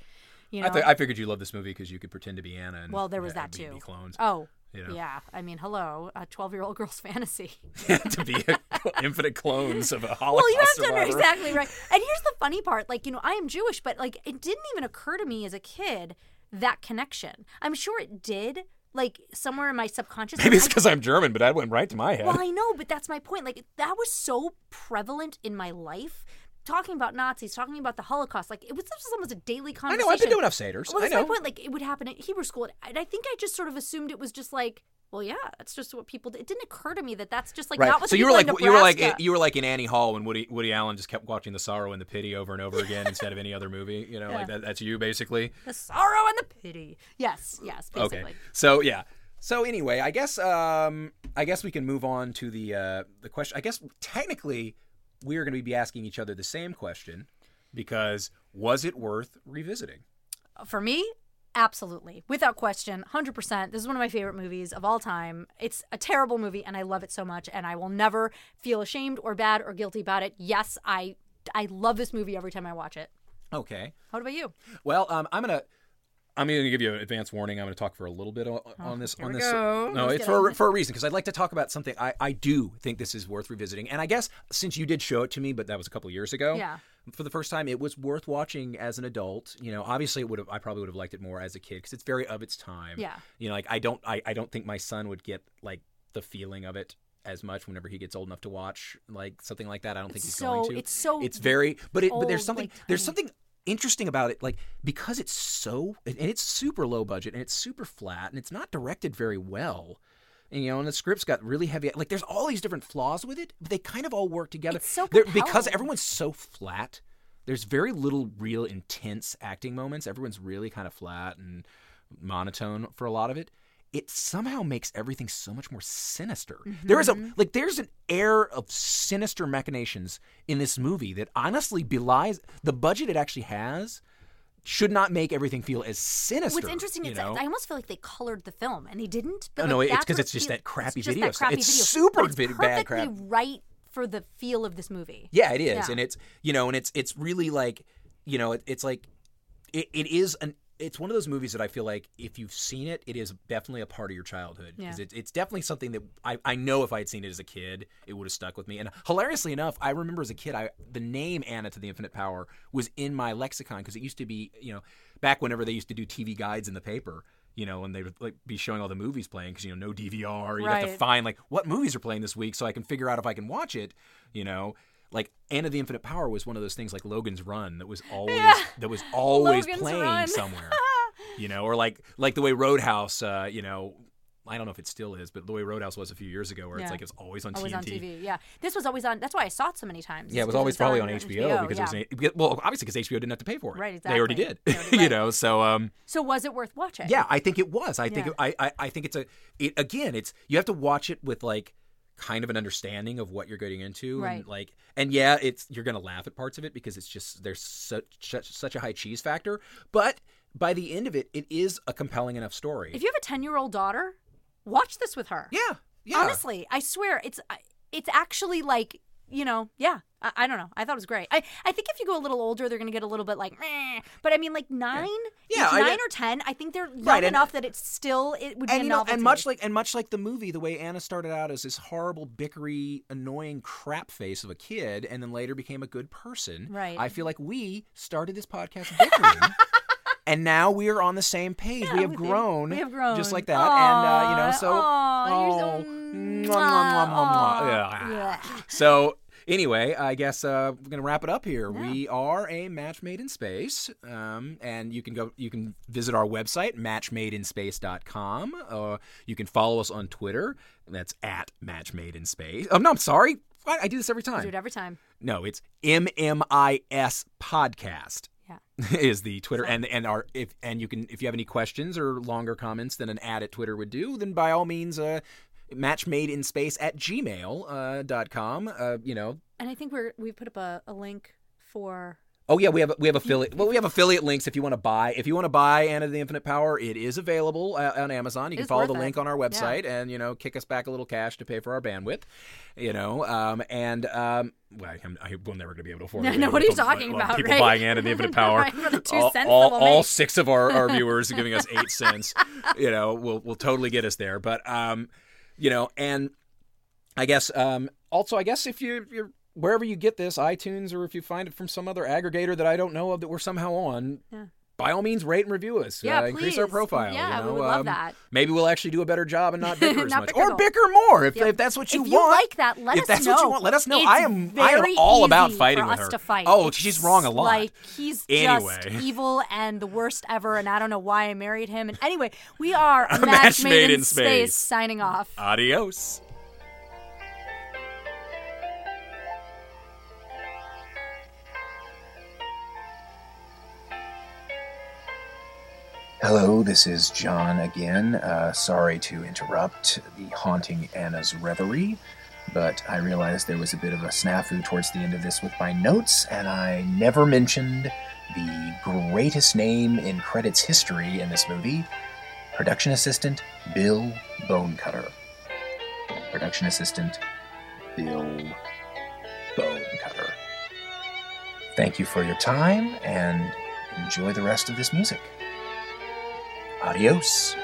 A: You know,
B: I, th- I figured you loved this movie because you could pretend to be Anna. And,
A: well, there was
B: yeah,
A: that
B: be-
A: too.
B: Be clones.
A: Oh,
B: you know?
A: yeah. I mean, hello, a twelve-year-old girl's fantasy.
B: to be a, infinite clones of a Holocaust
A: well, you have to
B: survivor.
A: know exactly right. And here's the funny part: like, you know, I am Jewish, but like, it didn't even occur to me as a kid that connection. I'm sure it did, like, somewhere in my subconscious.
B: Maybe
A: I-
B: it's because I'm German, but that went right to my head.
A: well, I know, but that's my point. Like, that was so prevalent in my life. Talking about Nazis, talking about the Holocaust, like it was this was almost a daily
B: I
A: conversation.
B: know. I've been doing enough satyrs.
A: Well,
B: I
A: that's
B: know.
A: my point. Like, it would happen at Hebrew school, and I think I just sort of assumed it was just like, well, yeah, that's just what people. did. It didn't occur to me that that's just like not what.
B: so
A: the
B: you were
A: people
B: like
A: in
B: you were like
A: Nebraska-
B: you were like in Annie Hall when Woody Woody Allen just kept watching The Sorrow and the Pity over and over again instead of any other movie. You know, like that, that's you basically.
A: the sorrow and the pity. Yes, yes, basically.
B: Okay. So yeah. So anyway, I guess um I guess we can move on to the uh the question. I guess technically we are going to be asking each other the same question because was it worth revisiting?
A: For me, absolutely, without question, hundred percent. This is one of my favorite movies of all time. It's a terrible movie, and I love it so much, and I will never feel ashamed or bad or guilty about it. Yes, I, I love this movie every time I watch it.
B: Okay.
A: How about you?
B: Well, um, I'm gonna. I'm going to give you an advance warning. I'm going to talk for a little bit on,
A: Oh,
B: on this. on this, no, it's for a, for a reason because I'd like to talk about something. I, I do think this is worth revisiting, and I guess since you did show it to me, but that was a couple years ago.
A: Yeah.
B: For the first time, it was worth watching as an adult. You know, obviously, it would have. I probably would have liked it more as a kid because it's very of its time.
A: Yeah.
B: You know, like I don't. I, I don't think my son would get like the feeling of it as much whenever he gets old enough to watch like something like that. I don't think he's
A: So
B: going to
A: it's so
B: it's very but it but there's
A: old,
B: something
A: like,
B: there's
A: tiny.
B: something interesting about it like because it's so and and it's super low budget and it's super flat and it's not directed very well and, you know and the script's got really heavy like there's all these different flaws with it but they kind of all work together
A: It's so
B: They're- because
A: compelling.
B: everyone's so flat there's very little real intense acting moments everyone's really kind of flat and monotone for a lot of it it somehow makes everything so much more sinister. There is
A: Mm-hmm.
B: a like there's an air of sinister machinations in this movie that honestly belies the budget it actually has should not make everything feel as sinister.
A: What's interesting
B: you
A: is
B: know?
A: I almost feel like they colored the film and they didn't. But
B: Oh,
A: like,
B: no, it's
A: that's
B: 'cause
A: what
B: it's just
A: feel-
B: that crappy
A: it's just
B: video
A: That
B: stuff.
A: crappy
B: It's
A: video.
B: super
A: but it's
B: vid- bad
A: perfectly
B: crap.
A: Right for the feel of this movie.
B: Yeah, it is,
A: Yeah.
B: and it's you know, and it's it's really like you know, it, it's like it, it is an it's one of those movies that I feel like if you've seen it, it is definitely a part of your childhood. 'Cause It, it's definitely something that I, I know if I had seen it as a kid, it would have stuck with me. And hilariously enough, I remember as a kid, I the name Anna to the Infinite Power was in my lexicon because it used to be you know back whenever they used to do TV guides in the paper. You know, and they would like be showing all the movies playing because you know no DVR. You would have to
A: Right.
B: find like what movies are playing this week so I can figure out if I can watch it. You know, like Anna the Infinite Power was one of those things like Logan's Run that was always that was always
A: Logan's
B: playing
A: Run.
B: somewhere. you know, or like like the way Roadhouse, uh, you know, I don't know if it still is, but the way Roadhouse was a few years ago, where it's
A: Yeah.
B: like it's always on
A: Always
B: TNT.
A: on TV. Yeah, this was always on. That's why I saw it so many times.
B: Yeah,
A: is
B: it was
A: because
B: always probably on HBO,
A: HBO,
B: because
A: yeah.
B: it was a, well, obviously because HBO didn't have to pay for it.
A: Right,
B: They already did.
A: exactly. They already-
B: you
A: right.
B: know, so um,
A: So was it worth watching?
B: yeah, I think it was. I think
A: Yeah.
B: it, I, I I think it's a it again. It's you have to watch it with like kind of an understanding of what you're getting into, and
A: Right.
B: like and yeah, it's you're gonna laugh at parts of it because it's just there's such such, such a high cheese factor, but by the end of it, it is a compelling enough story.
A: If you have a ten-year-old daughter, watch this with her.
B: yeah, yeah.
A: Honestly, I swear it's it's actually like you know, yeah. I- I, I don't know. I thought it was great. I, I think if you go a little older, they're going to get a little bit like, meh. but I mean, like nine,
B: Yeah,
A: it's
B: I-
A: nine or ten. I think they're young
B: Right, and-
A: enough that it's still it would be
B: and
A: a
B: you know,
A: novelty.
B: and much like and much like the movie, the way Anna started out as this horrible, bickery, annoying crap face of a kid, and then later became a good person.
A: Right.
B: I feel like we started this podcast bickering. And now we are on the same page. we have
A: we-
B: grown,
A: we have grown.
B: just like that. and uh, you
A: Aw,
B: know, so
A: aw, you're so-
B: oh,
A: mwah,
B: mwah, mwah, mwah, mwah.
A: aw.
B: Yeah.
A: Yeah.
B: So anyway, I guess uh, we're gonna wrap it up here. We are a match made in space, um, and you can go. You can visit our website, matchmadeinspace.com. Uh, you can follow us on Twitter. That's at matchmadeinspace. Oh no, I'm sorry. I, I do this every time.
A: do it every time.
B: No, it's MMIS podcast.
A: Yeah.
B: is the Twitter and and our if and you can if you have any questions or longer comments than an ad at Twitter would do, then by all means, uh, match made in space at gmail uh, dot com. Uh, you know.
A: And I think we're we put up a, a link for
B: Oh yeah, we have we have affiliate. Well, we have affiliate links if you want to buy. If you want to buy Anna the Infinite Power, it is available uh, on Amazon. You can
A: It's
B: follow
A: worth
B: the
A: it.
B: link on our website and you know kick us back a little cash to pay for our bandwidth. You know, um, and um, well, I'm, I, we're never going to be able to afford.
A: No,
B: it.
A: no, what are you talking
B: Well,
A: about,
B: People
A: right?
B: buying Anna the Infinite Power.
A: Right, for the two
B: all,
A: cents
B: all,
A: that we'll
B: all
A: make.
B: six of our, our viewers giving us eight cents. You know, will will totally get us there. But um, you know, and I guess um, also I guess if you you're wherever you get this iTunes or if you find it from some other aggregator that I don't know of that we're somehow on.
A: Yeah.
B: By all means, rate and review us.
A: yeah,
B: uh, increase our
A: please.
B: profile.
A: Yeah,
B: you know?
A: we would love
B: um,
A: that.
B: Maybe we'll actually do a better job and not bicker as
A: Not
B: much,
A: bicker at
B: or
A: all.
B: bicker more if,
A: Yep.
B: if that's what you
A: if you
B: want.
A: like that, let
B: if
A: us
B: that's
A: know.
B: what you want, let us know.
A: It's
B: I am I am
A: very
B: all about
A: easy
B: fighting
A: for
B: with
A: us
B: her.
A: to fight.
B: Oh,
A: It's
B: she's wrong a lot.
A: Like he's just
B: Anyway.
A: evil and the worst ever, and I don't know why I married him. And anyway, we are a
B: match
A: match
B: made
A: made
B: in
A: in
B: space.
A: space. Signing off.
B: Adios.
E: Hello, this is John again. Uh, sorry to interrupt the haunting Anna's reverie, but I realized there was a bit of a snafu towards the end of this with my notes, and I never mentioned the greatest name in credits history in this movie production assistant Bill Bonecutter. Production assistant Bill Bonecutter. Thank you for your time and enjoy the rest of this music. Adios.